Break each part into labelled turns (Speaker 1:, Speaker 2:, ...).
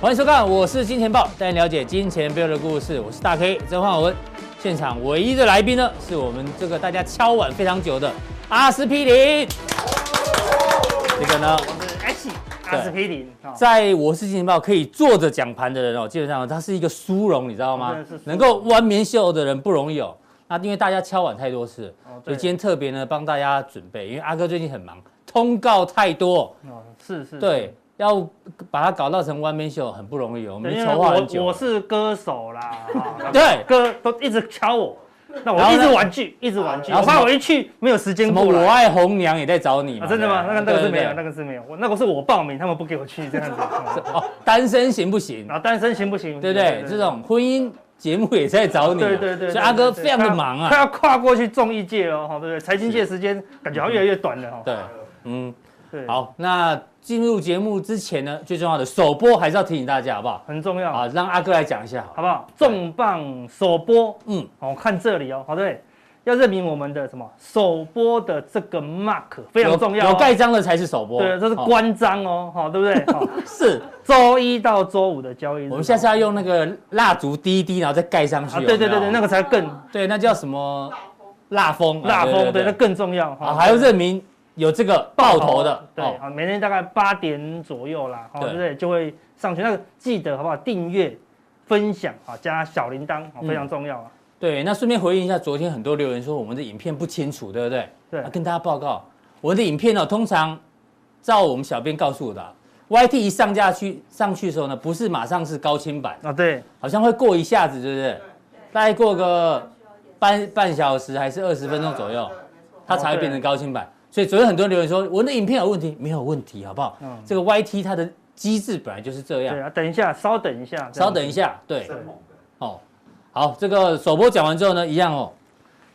Speaker 1: 欢迎收看，我是金钱豹，带您了解金钱背后的故事。我是大 K 曾焕文，现场唯一的来宾呢，是我们这个大家敲碗非常久的阿司匹林。这个呢，
Speaker 2: H 阿司匹林啊，
Speaker 1: 在我是金钱豹可以坐着讲盘的人哦，基本上他是一个殊荣，你知道吗
Speaker 2: 哦真的是殊？荣
Speaker 1: 能够弯棉袖的人不容易哦。那因为大家敲碗太多次
Speaker 2: 哦，
Speaker 1: 所
Speaker 2: 对
Speaker 1: 以今天特别呢帮大家准备，因为阿哥最近很忙，通告太多，
Speaker 2: 哦是是，
Speaker 1: 对，要把它搞到成弯棉袖很不容易哦。我们
Speaker 2: 是，因为
Speaker 1: 筹划很
Speaker 2: 我
Speaker 1: 久
Speaker 2: 我，是歌手啦，啊
Speaker 1: 对
Speaker 2: 歌都一直敲我，那
Speaker 1: 然
Speaker 2: 我
Speaker 1: 后
Speaker 2: 一直
Speaker 1: 呢
Speaker 2: 玩剧， 一直玩剧，
Speaker 1: 然
Speaker 2: 我
Speaker 1: 后什么
Speaker 2: 怕我一去没有时间
Speaker 1: 什么
Speaker 2: 过
Speaker 1: 我
Speaker 2: 来。
Speaker 1: 爱红娘也在找你嘛
Speaker 2: 啊，真的吗？那
Speaker 1: 对
Speaker 2: 个
Speaker 1: 不对
Speaker 2: 那个是没有，
Speaker 1: 对
Speaker 2: 那个是没有，我那个是我报名，他们不给我 去这样子。嗯
Speaker 1: 哦，单身行不行？
Speaker 2: 然后单身行不行？
Speaker 1: 对不对？这种婚姻节目也在找你啊，
Speaker 2: 对对对，
Speaker 1: 所以阿哥非常的
Speaker 2: 他
Speaker 1: 忙
Speaker 2: 他
Speaker 1: 啊，
Speaker 2: 要跨过去综艺界哦，哈，对不对？财经界时间感觉好像越来越短了哦哈。
Speaker 1: 对，嗯，
Speaker 2: 对，，
Speaker 1: 好，那进入节目之前呢，最重要的首播还是要提醒大家，好不好？
Speaker 2: 很重要。
Speaker 1: 啊，让阿哥来讲一下，好
Speaker 2: 好
Speaker 1: 了，
Speaker 2: 不好？重磅首播，
Speaker 1: 嗯
Speaker 2: 嗯，哦，看这里哦，好对，要证明我们的什么首播的这个 mark 非常重要、哦，
Speaker 1: 有有盖章的才是首播，
Speaker 2: 对，这是
Speaker 1: 哦
Speaker 2: 关张哦，好、对不 对？好
Speaker 1: 是，
Speaker 2: 周一到周五的交易日，
Speaker 1: 我们下次要用那个蜡烛滴一滴，然后再盖上去，哦
Speaker 2: 啊，对对对
Speaker 1: 有没
Speaker 2: 对，
Speaker 1: 有
Speaker 2: 那个才更
Speaker 1: 对，那叫什么？蜡封，啊
Speaker 2: 蜡封，对，那
Speaker 1: 对，
Speaker 2: 更重要哈、
Speaker 1: 啊，还要证明有这个爆头的，
Speaker 2: 对，
Speaker 1: 哦
Speaker 2: 好，每天大概八点左右啦，好，
Speaker 1: 对
Speaker 2: 对不对？就会上去，那个记得好不好？订阅、分享啊，加小铃铛，
Speaker 1: 嗯
Speaker 2: 好，非常重要啊。
Speaker 1: 对，那顺便回应一下，昨天很多留言说我们的影片不清楚，对不对？
Speaker 2: 对
Speaker 1: 啊跟大家报告，我的影片呢、通常照我们小编告诉我的啊、YT 一上架去上去的时候呢，不是马上是高清版，
Speaker 2: 啊，对，
Speaker 1: 好像会过一下子，对不对？大概过个半半小时还是二十分钟左右，它才会变
Speaker 2: 哦
Speaker 1: 成高清版。所以昨天很多人留言说我的影片有问题，没有问题，好不好？
Speaker 2: 嗯，
Speaker 1: 这个 YT 它的机制本来就是这样
Speaker 2: 对。啊，等一下，稍等一下，这样
Speaker 1: 稍等一下，对，哦，好，这个首播讲完之后呢，一样哦。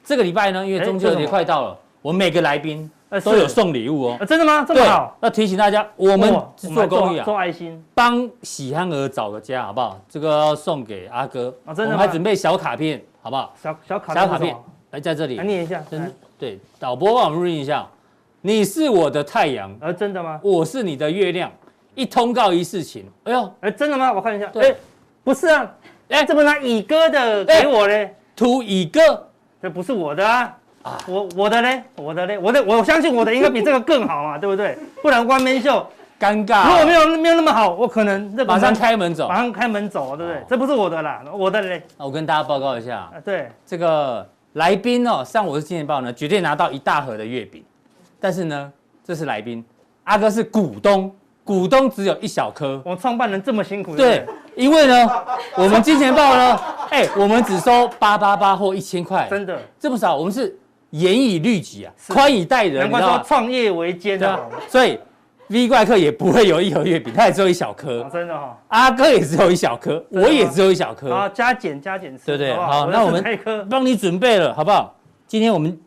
Speaker 1: 这个礼拜呢，因为
Speaker 2: 哎
Speaker 1: 中秋
Speaker 2: 这
Speaker 1: 节
Speaker 2: 什么
Speaker 1: 快到了，我们每个来宾
Speaker 2: 呃
Speaker 1: 都有
Speaker 2: 是
Speaker 1: 送礼物哦。
Speaker 2: 啊，真的吗？这么
Speaker 1: 对
Speaker 2: 好？，
Speaker 1: 要提醒大家，我们
Speaker 2: 哇
Speaker 1: 是
Speaker 2: 我
Speaker 1: 做
Speaker 2: 还
Speaker 1: 公益啊，
Speaker 2: 做爱心
Speaker 1: 帮喜憨儿找个家，好不好？这个要送给阿哥，
Speaker 2: 啊真的
Speaker 1: 我们
Speaker 2: 吗
Speaker 1: 还准备小卡片，好不好？
Speaker 2: 小小卡
Speaker 1: 小
Speaker 2: 片
Speaker 1: 卡
Speaker 2: 是什
Speaker 1: 片
Speaker 2: 么，
Speaker 1: 来在这里
Speaker 2: 来，念一下。
Speaker 1: 真
Speaker 2: 嗯
Speaker 1: 对，导播帮我们 read 一下，你是我的太阳，
Speaker 2: 呃，真的吗？
Speaker 1: 我是你的月亮，一通告一事情，哎呦，
Speaker 2: 哎，真的吗？我看一下。
Speaker 1: 对
Speaker 2: 哎，不是啊，
Speaker 1: 哎
Speaker 2: 哎，怎么拿乙哥的
Speaker 1: 哎
Speaker 2: 给我嘞？
Speaker 1: 图乙哥，
Speaker 2: 这不是我的啊。我我的嘞，我的嘞，我的我相信我的应该比这个更好啊 嘛，对不对？不然关门秀
Speaker 1: 尴尬，
Speaker 2: 如果没有没有那么好，我可能这
Speaker 1: 啊马上开门走
Speaker 2: 马。上开门走，对不对
Speaker 1: 哦？
Speaker 2: 这不是我的啦，我的嘞，
Speaker 1: 那我跟大家报告一下，
Speaker 2: 啊对，
Speaker 1: 这个来宾哦，上我是金钱豹呢，绝对拿到一大盒的月饼，但是呢，这是来宾，阿哥是股东，股东只有一小颗，
Speaker 2: 我们创办人这么辛苦，
Speaker 1: 对，因为呢，我们金钱豹呢， 哎，我们只收八八八或一千块
Speaker 2: 不对，，真的，
Speaker 1: 这么少，我们是严以律己啊，
Speaker 2: 是
Speaker 1: 宽以待人，
Speaker 2: 难
Speaker 1: 你知
Speaker 2: 怪
Speaker 1: 道
Speaker 2: 说
Speaker 1: 吗？
Speaker 2: 创业维艰
Speaker 1: 对
Speaker 2: 的
Speaker 1: 啊
Speaker 2: 哦，，
Speaker 1: 所以 V 怪客也不会有一盒月饼，他也只有一小颗
Speaker 2: 哦，真的哈，
Speaker 1: 阿哥也只有一小颗，
Speaker 2: 的
Speaker 1: 我
Speaker 2: 吗
Speaker 1: 也只有一小颗，
Speaker 2: 啊，加减加减吃，
Speaker 1: 对对
Speaker 2: 不
Speaker 1: 好那我们
Speaker 2: 是开颗，
Speaker 1: 帮你准备了，好不好？今天我们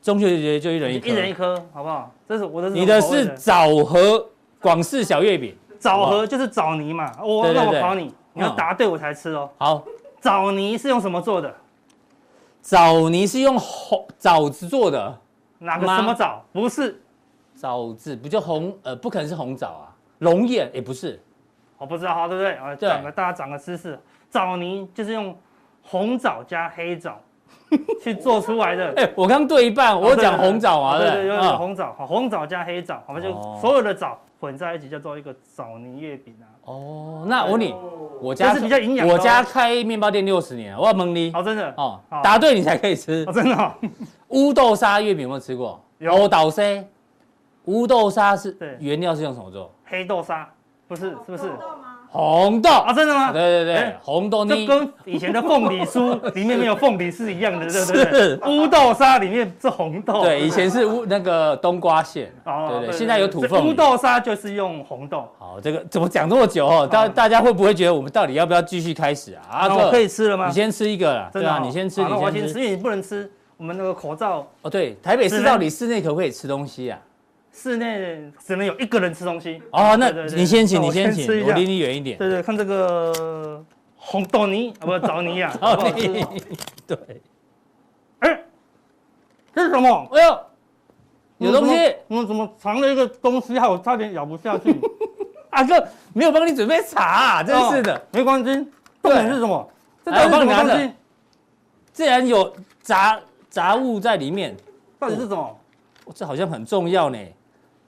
Speaker 1: 中秋节就一人一颗，
Speaker 2: 一人一颗，好不好？这是我的，
Speaker 1: 你的是枣核广式小月饼，
Speaker 2: 枣核，就是枣泥嘛。我
Speaker 1: 对对
Speaker 2: 那我
Speaker 1: 对
Speaker 2: 考你，你要答对我才吃哦。
Speaker 1: 好，
Speaker 2: 枣泥是用什么做的？
Speaker 1: 枣泥是用红枣子做的，
Speaker 2: 哪个
Speaker 1: 妈
Speaker 2: 什么枣？不是，
Speaker 1: 枣子不就红呃，不可能是红枣啊，龙眼也不是，
Speaker 2: 我不知道，好对不对？啊，
Speaker 1: 对
Speaker 2: 长个大家长个知识，枣泥就是用红枣加 黑枣去做出来的。
Speaker 1: 哎、我刚对一 半，我讲红枣啊，
Speaker 2: 对
Speaker 1: 对
Speaker 2: 对
Speaker 1: 不
Speaker 2: 对，
Speaker 1: 对？
Speaker 2: 有
Speaker 1: 啊
Speaker 2: 红枣，好，红枣加黑枣，我们就
Speaker 1: 哦
Speaker 2: 所有的枣混在一起，叫做一个枣泥月饼啊。
Speaker 1: 哦，那我问你，我家
Speaker 2: 这是比较营养的哦
Speaker 1: 我家开面包店六十年，我要蒙你
Speaker 2: 好，真的，
Speaker 1: 哦
Speaker 2: 好，
Speaker 1: 答对你才可以吃
Speaker 2: 哦，。真的哦，
Speaker 1: 乌豆沙月饼有没有吃过？
Speaker 2: 有
Speaker 1: 哦倒 C，乌豆沙是
Speaker 2: 对
Speaker 1: 原料是用什么做？
Speaker 2: 黑豆沙不是，是不是？
Speaker 1: 红豆
Speaker 2: 啊，真的吗？
Speaker 1: 对对对
Speaker 2: 哎，
Speaker 1: 红豆
Speaker 2: 这
Speaker 1: 泥。
Speaker 2: 跟以前的凤梨 酥里面没有凤梨是一样的，对不对
Speaker 1: 是？
Speaker 2: 乌豆沙里面是红豆，哦
Speaker 1: 对，以前是乌那个冬瓜馅，对对，现在有土
Speaker 2: 所以
Speaker 1: 凤
Speaker 2: 乌
Speaker 1: 梨。
Speaker 2: 豆沙就是用红豆，
Speaker 1: 好，这个怎么讲这么久哦？大
Speaker 2: 好
Speaker 1: 大家会不会觉得我们到底要不要继续开始啊？阿
Speaker 2: 那我可
Speaker 1: 哥，
Speaker 2: 以吃了吗
Speaker 1: 你？先吃一个啦，对啊，
Speaker 2: 哦
Speaker 1: 你先吃，
Speaker 2: 好那我
Speaker 1: 你
Speaker 2: 先
Speaker 1: 先
Speaker 2: 吃，
Speaker 1: 吃。
Speaker 2: 因为你不能吃我们那个口罩，
Speaker 1: 哦，对，台北市
Speaker 2: 是
Speaker 1: 到底室内可不可以吃东西啊？
Speaker 2: 室内只能有一个人吃东西。
Speaker 1: 哦，那
Speaker 2: 对对对
Speaker 1: 你先请，
Speaker 2: 那
Speaker 1: 你
Speaker 2: 我
Speaker 1: 先
Speaker 2: 吃
Speaker 1: 请，
Speaker 2: 一
Speaker 1: 我
Speaker 2: 下
Speaker 1: 离你远一点。
Speaker 2: 对对，看这个红豆泥啊，不枣 泥啊，好
Speaker 1: 哦
Speaker 2: 不好，吃
Speaker 1: 你 对，
Speaker 2: 哎，这是什么？
Speaker 1: 哎呦，有东西，
Speaker 2: 嗯 我怎么藏了一个东西，害我差点咬不下去。
Speaker 1: 阿哥没有帮你准备茶、啊，真是的。
Speaker 2: 哦，没冠军。
Speaker 1: 对
Speaker 2: 重点是什么？哎这
Speaker 1: 来
Speaker 2: 到
Speaker 1: 我帮你
Speaker 2: 底是什么
Speaker 1: 拿
Speaker 2: 东
Speaker 1: 着
Speaker 2: 西？
Speaker 1: 竟然有杂杂物在里面，
Speaker 2: 到底是什么？
Speaker 1: 哦这好像很重要呢。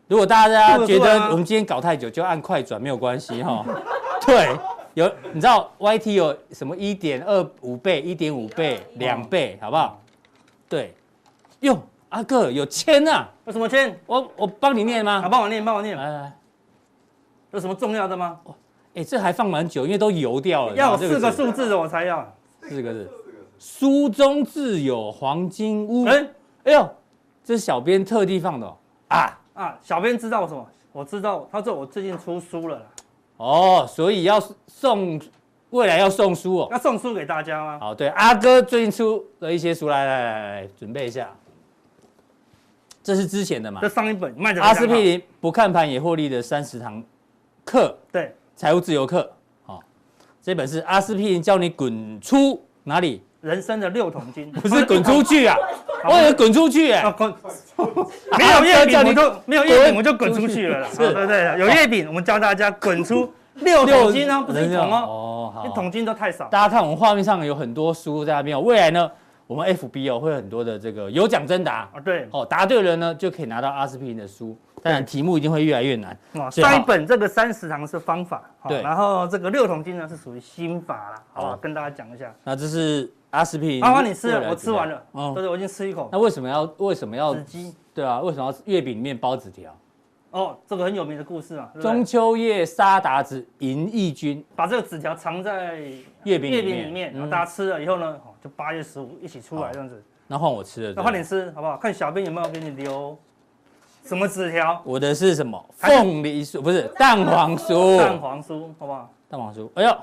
Speaker 1: 如果大家
Speaker 2: 做得
Speaker 1: 觉
Speaker 2: 出来吗
Speaker 1: 得我们今天搞太久，就按快转没有关系哈。 对，有你知道 YT 有什么一点二五倍、一点五倍、两倍，好不好？对，哟，阿哥有签啊，
Speaker 2: 有什么签？
Speaker 1: 我我帮你念
Speaker 2: 啊，
Speaker 1: 吗？
Speaker 2: 帮我念，帮我
Speaker 1: 来
Speaker 2: 念。
Speaker 1: 来来，
Speaker 2: 有什么重要的吗？
Speaker 1: 哎，这还放蛮久，因为都油掉了。
Speaker 2: 要有
Speaker 1: 你
Speaker 2: 四
Speaker 1: 知道
Speaker 2: 个
Speaker 1: 这
Speaker 2: 数字的我才要。
Speaker 1: 字，四个字。书中自有黄金屋。
Speaker 2: 哎
Speaker 1: 哎呦，这是小编特地放的哦啊。
Speaker 2: 啊，小编知道我什么？我知道，他说我最近出书了啦，
Speaker 1: 哦，所以要送，未来要送书哦。
Speaker 2: 要送书给大家吗？
Speaker 1: 好，对，阿哥最近出了一些书，来来来来，准备一下。这是之前的嘛
Speaker 2: 这？上一本卖的
Speaker 1: 阿司匹林不看盘也获利的三十堂课，
Speaker 2: 对，
Speaker 1: 财务自由课。好、这本是阿司匹林教你滚出哪里？
Speaker 2: 人生的六桶金，
Speaker 1: 不是滚出去啊，
Speaker 2: 哦
Speaker 1: 我以为滚出去哎、
Speaker 2: 啊 滚！没
Speaker 1: 啊
Speaker 2: 有月饼我就没有月饼我就滚出去了啦，啊
Speaker 1: 是
Speaker 2: 对对对，有月饼我们教大家 滚出六桶金啊，不是一桶哦，
Speaker 1: 哦，好，
Speaker 2: 一桶金都太少。
Speaker 1: 大家看我们画面上有很多书在那边哦，未来呢，我们 FB 哦会有很多的这个有奖征答
Speaker 2: 啊，对，
Speaker 1: 哦，答对了呢就可以拿到阿司匹林的书，当然题目一定会越来越难。
Speaker 2: 哇，
Speaker 1: 最好
Speaker 2: 上一哦本这个三十堂是方法，好
Speaker 1: 对
Speaker 2: 然后这个六桶金呢是属于心法啦，好
Speaker 1: 好
Speaker 2: 吧，跟大家讲一下。
Speaker 1: 那这是阿司匹林，
Speaker 2: 麻烦你吃
Speaker 1: 未
Speaker 2: 了，
Speaker 1: 来
Speaker 2: 我
Speaker 1: 之
Speaker 2: 吃
Speaker 1: 道
Speaker 2: 完了，对
Speaker 1: 哦，
Speaker 2: 对，我已经吃一口
Speaker 1: 那为什么要为什么要
Speaker 2: 纸鸡。
Speaker 1: 对啊？为什么要月饼里面包纸条？
Speaker 2: 哦，这个很有名的故事嘛，对不对
Speaker 1: 中秋夜杀鞑子，迎义军，
Speaker 2: 把这个纸条藏在
Speaker 1: 月饼
Speaker 2: 月
Speaker 1: 里
Speaker 2: 饼
Speaker 1: 面，
Speaker 2: 里面，然后
Speaker 1: 嗯
Speaker 2: 大家吃了以后呢，哦就八月十五一起出来
Speaker 1: 好
Speaker 2: 这样子。
Speaker 1: 那换我吃了，
Speaker 2: 那
Speaker 1: 对
Speaker 2: 快
Speaker 1: 吧
Speaker 2: 点吃好不好？看小编有没有给你留什么纸条？
Speaker 1: 我的是什么？
Speaker 2: 还是
Speaker 1: 凤梨酥不是蛋黄酥，
Speaker 2: 蛋黄酥好不好？
Speaker 1: 蛋黄酥。哎呦，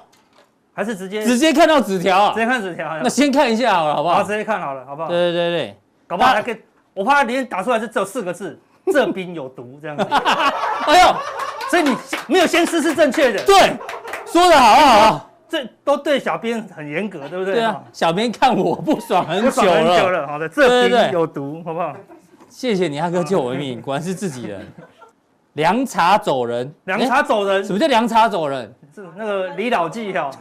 Speaker 2: 还是直接
Speaker 1: 直
Speaker 2: 直
Speaker 1: 接看到纸条啊！
Speaker 2: 接看纸条？
Speaker 1: 那先看一下好了，好不
Speaker 2: 好，
Speaker 1: 好？
Speaker 2: 直接看好了，好不好？
Speaker 1: 对对对对，
Speaker 2: 搞不好
Speaker 1: 那
Speaker 2: 还可以，我怕连打出来是只有四个字，这冰有毒这样子。
Speaker 1: 哎呦，
Speaker 2: 所以你先没有先吃是正确的，
Speaker 1: 对，说的好啊好，
Speaker 2: 这都对小编很严格，对不对？
Speaker 1: 对
Speaker 2: 哈
Speaker 1: 啊，，小编看我不爽 很
Speaker 2: 我
Speaker 1: 久
Speaker 2: 爽很久
Speaker 1: 了，
Speaker 2: 了，好的，
Speaker 1: 对
Speaker 2: 这
Speaker 1: 对对哎
Speaker 2: 冰有毒，好不好？
Speaker 1: 谢谢你阿哥救我一
Speaker 2: 嗯
Speaker 1: 命，果然是自己人。凉茶走人，
Speaker 2: 凉
Speaker 1: 诶
Speaker 2: 茶走人
Speaker 1: 什，么叫凉茶走人？
Speaker 2: 是那个李老记哈，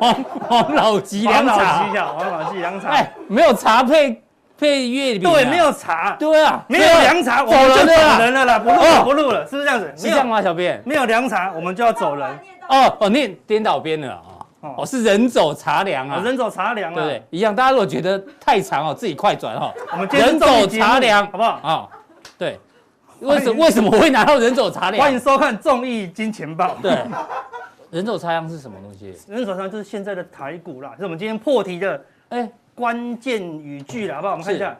Speaker 1: 王王老吉
Speaker 2: 王
Speaker 1: 凉
Speaker 2: 老记
Speaker 1: 茶，
Speaker 2: 哈，王老记凉茶
Speaker 1: 哎，，没有茶配配月饼啊，
Speaker 2: 对，没有茶，
Speaker 1: 对啊，
Speaker 2: 没有凉茶，我
Speaker 1: 走
Speaker 2: 们就
Speaker 1: 人
Speaker 2: 走
Speaker 1: 的
Speaker 2: 人
Speaker 1: 啦，
Speaker 2: 了啦，不录
Speaker 1: 哦
Speaker 2: 了，不录了，是不是这样子？
Speaker 1: 是
Speaker 2: 没
Speaker 1: 这样
Speaker 2: 有
Speaker 1: 吗？小编？
Speaker 2: 没有凉茶，我们就要走人，
Speaker 1: 哦哦，念颠倒边了啊！
Speaker 2: 哦
Speaker 1: 哦，是人走茶凉啊
Speaker 2: 我，人走茶凉
Speaker 1: 对不
Speaker 2: 了。
Speaker 1: 对？一样，大家如果觉得太长哦，自己快转哦。
Speaker 2: 我们今天
Speaker 1: 人
Speaker 2: 是综
Speaker 1: 走
Speaker 2: 艺节目
Speaker 1: 茶凉，
Speaker 2: 好不好？
Speaker 1: 啊、对，为什
Speaker 2: 欢迎
Speaker 1: 为什么我会拿到人走茶凉？啊
Speaker 2: 欢迎收看《综艺金钱豹》。
Speaker 1: 对，人走茶凉是什么东西？
Speaker 2: 人手上就是现在的台股啦，是我们今天破题的
Speaker 1: 哎、
Speaker 2: 关键语句啦，好不好？我们看一下。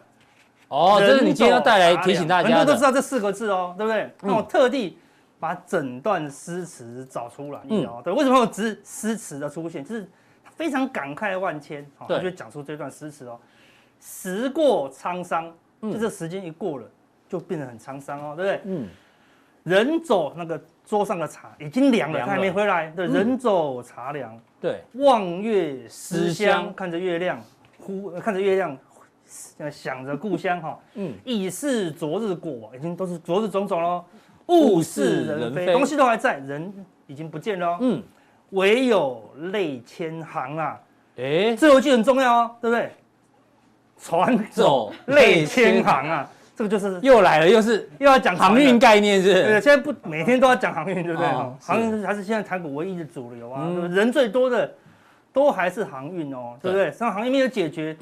Speaker 1: 哦，这是你今天要带来
Speaker 2: 人走茶凉
Speaker 1: 提醒大
Speaker 2: 很
Speaker 1: 家
Speaker 2: 多都
Speaker 1: 的。
Speaker 2: 知
Speaker 1: 嗯
Speaker 2: 道这四个字哦，对不对？那我特地把整段诗词找出来，
Speaker 1: 嗯
Speaker 2: 哦，对，为什么有诗诗词的出现？就是非常感慨万千，好、
Speaker 1: 对
Speaker 2: 他就讲出这段诗词哦。时过沧桑，
Speaker 1: 嗯
Speaker 2: 就这时间一过了，就变得很沧桑哦，对不对？
Speaker 1: 嗯，
Speaker 2: 人走那个桌上的茶已经凉了，
Speaker 1: 凉
Speaker 2: 他还没
Speaker 1: 了
Speaker 2: 回来，对，
Speaker 1: 嗯
Speaker 2: 人走茶凉。
Speaker 1: 对，
Speaker 2: 望月思
Speaker 1: 思
Speaker 2: 乡
Speaker 1: 乡，
Speaker 2: 看着月亮，忽看着月亮，呃想着故乡哈。
Speaker 1: 嗯，
Speaker 2: 已是昨日果，已经都是昨日种种喽。
Speaker 1: 物
Speaker 2: 物
Speaker 1: 是
Speaker 2: 是
Speaker 1: 人
Speaker 2: 人
Speaker 1: 非
Speaker 2: 非，东西都还在，人已经不见了哦。
Speaker 1: 嗯，
Speaker 2: 唯有泪千行啊，
Speaker 1: 哎、
Speaker 2: 最后一句很重要哦，对不对？ 船
Speaker 1: 走
Speaker 2: 泪千行啊，这个就是
Speaker 1: 又来了，又是
Speaker 2: 又要讲船
Speaker 1: 航
Speaker 2: 了
Speaker 1: 运。概念是不
Speaker 2: 对，
Speaker 1: 是
Speaker 2: 现在不每天都要讲航运，对不对？
Speaker 1: 哦
Speaker 2: 航运还是现在台股唯一的主流啊，
Speaker 1: 嗯
Speaker 2: 对不对人最多的都还是航运哦，对不对？像航运没有解决，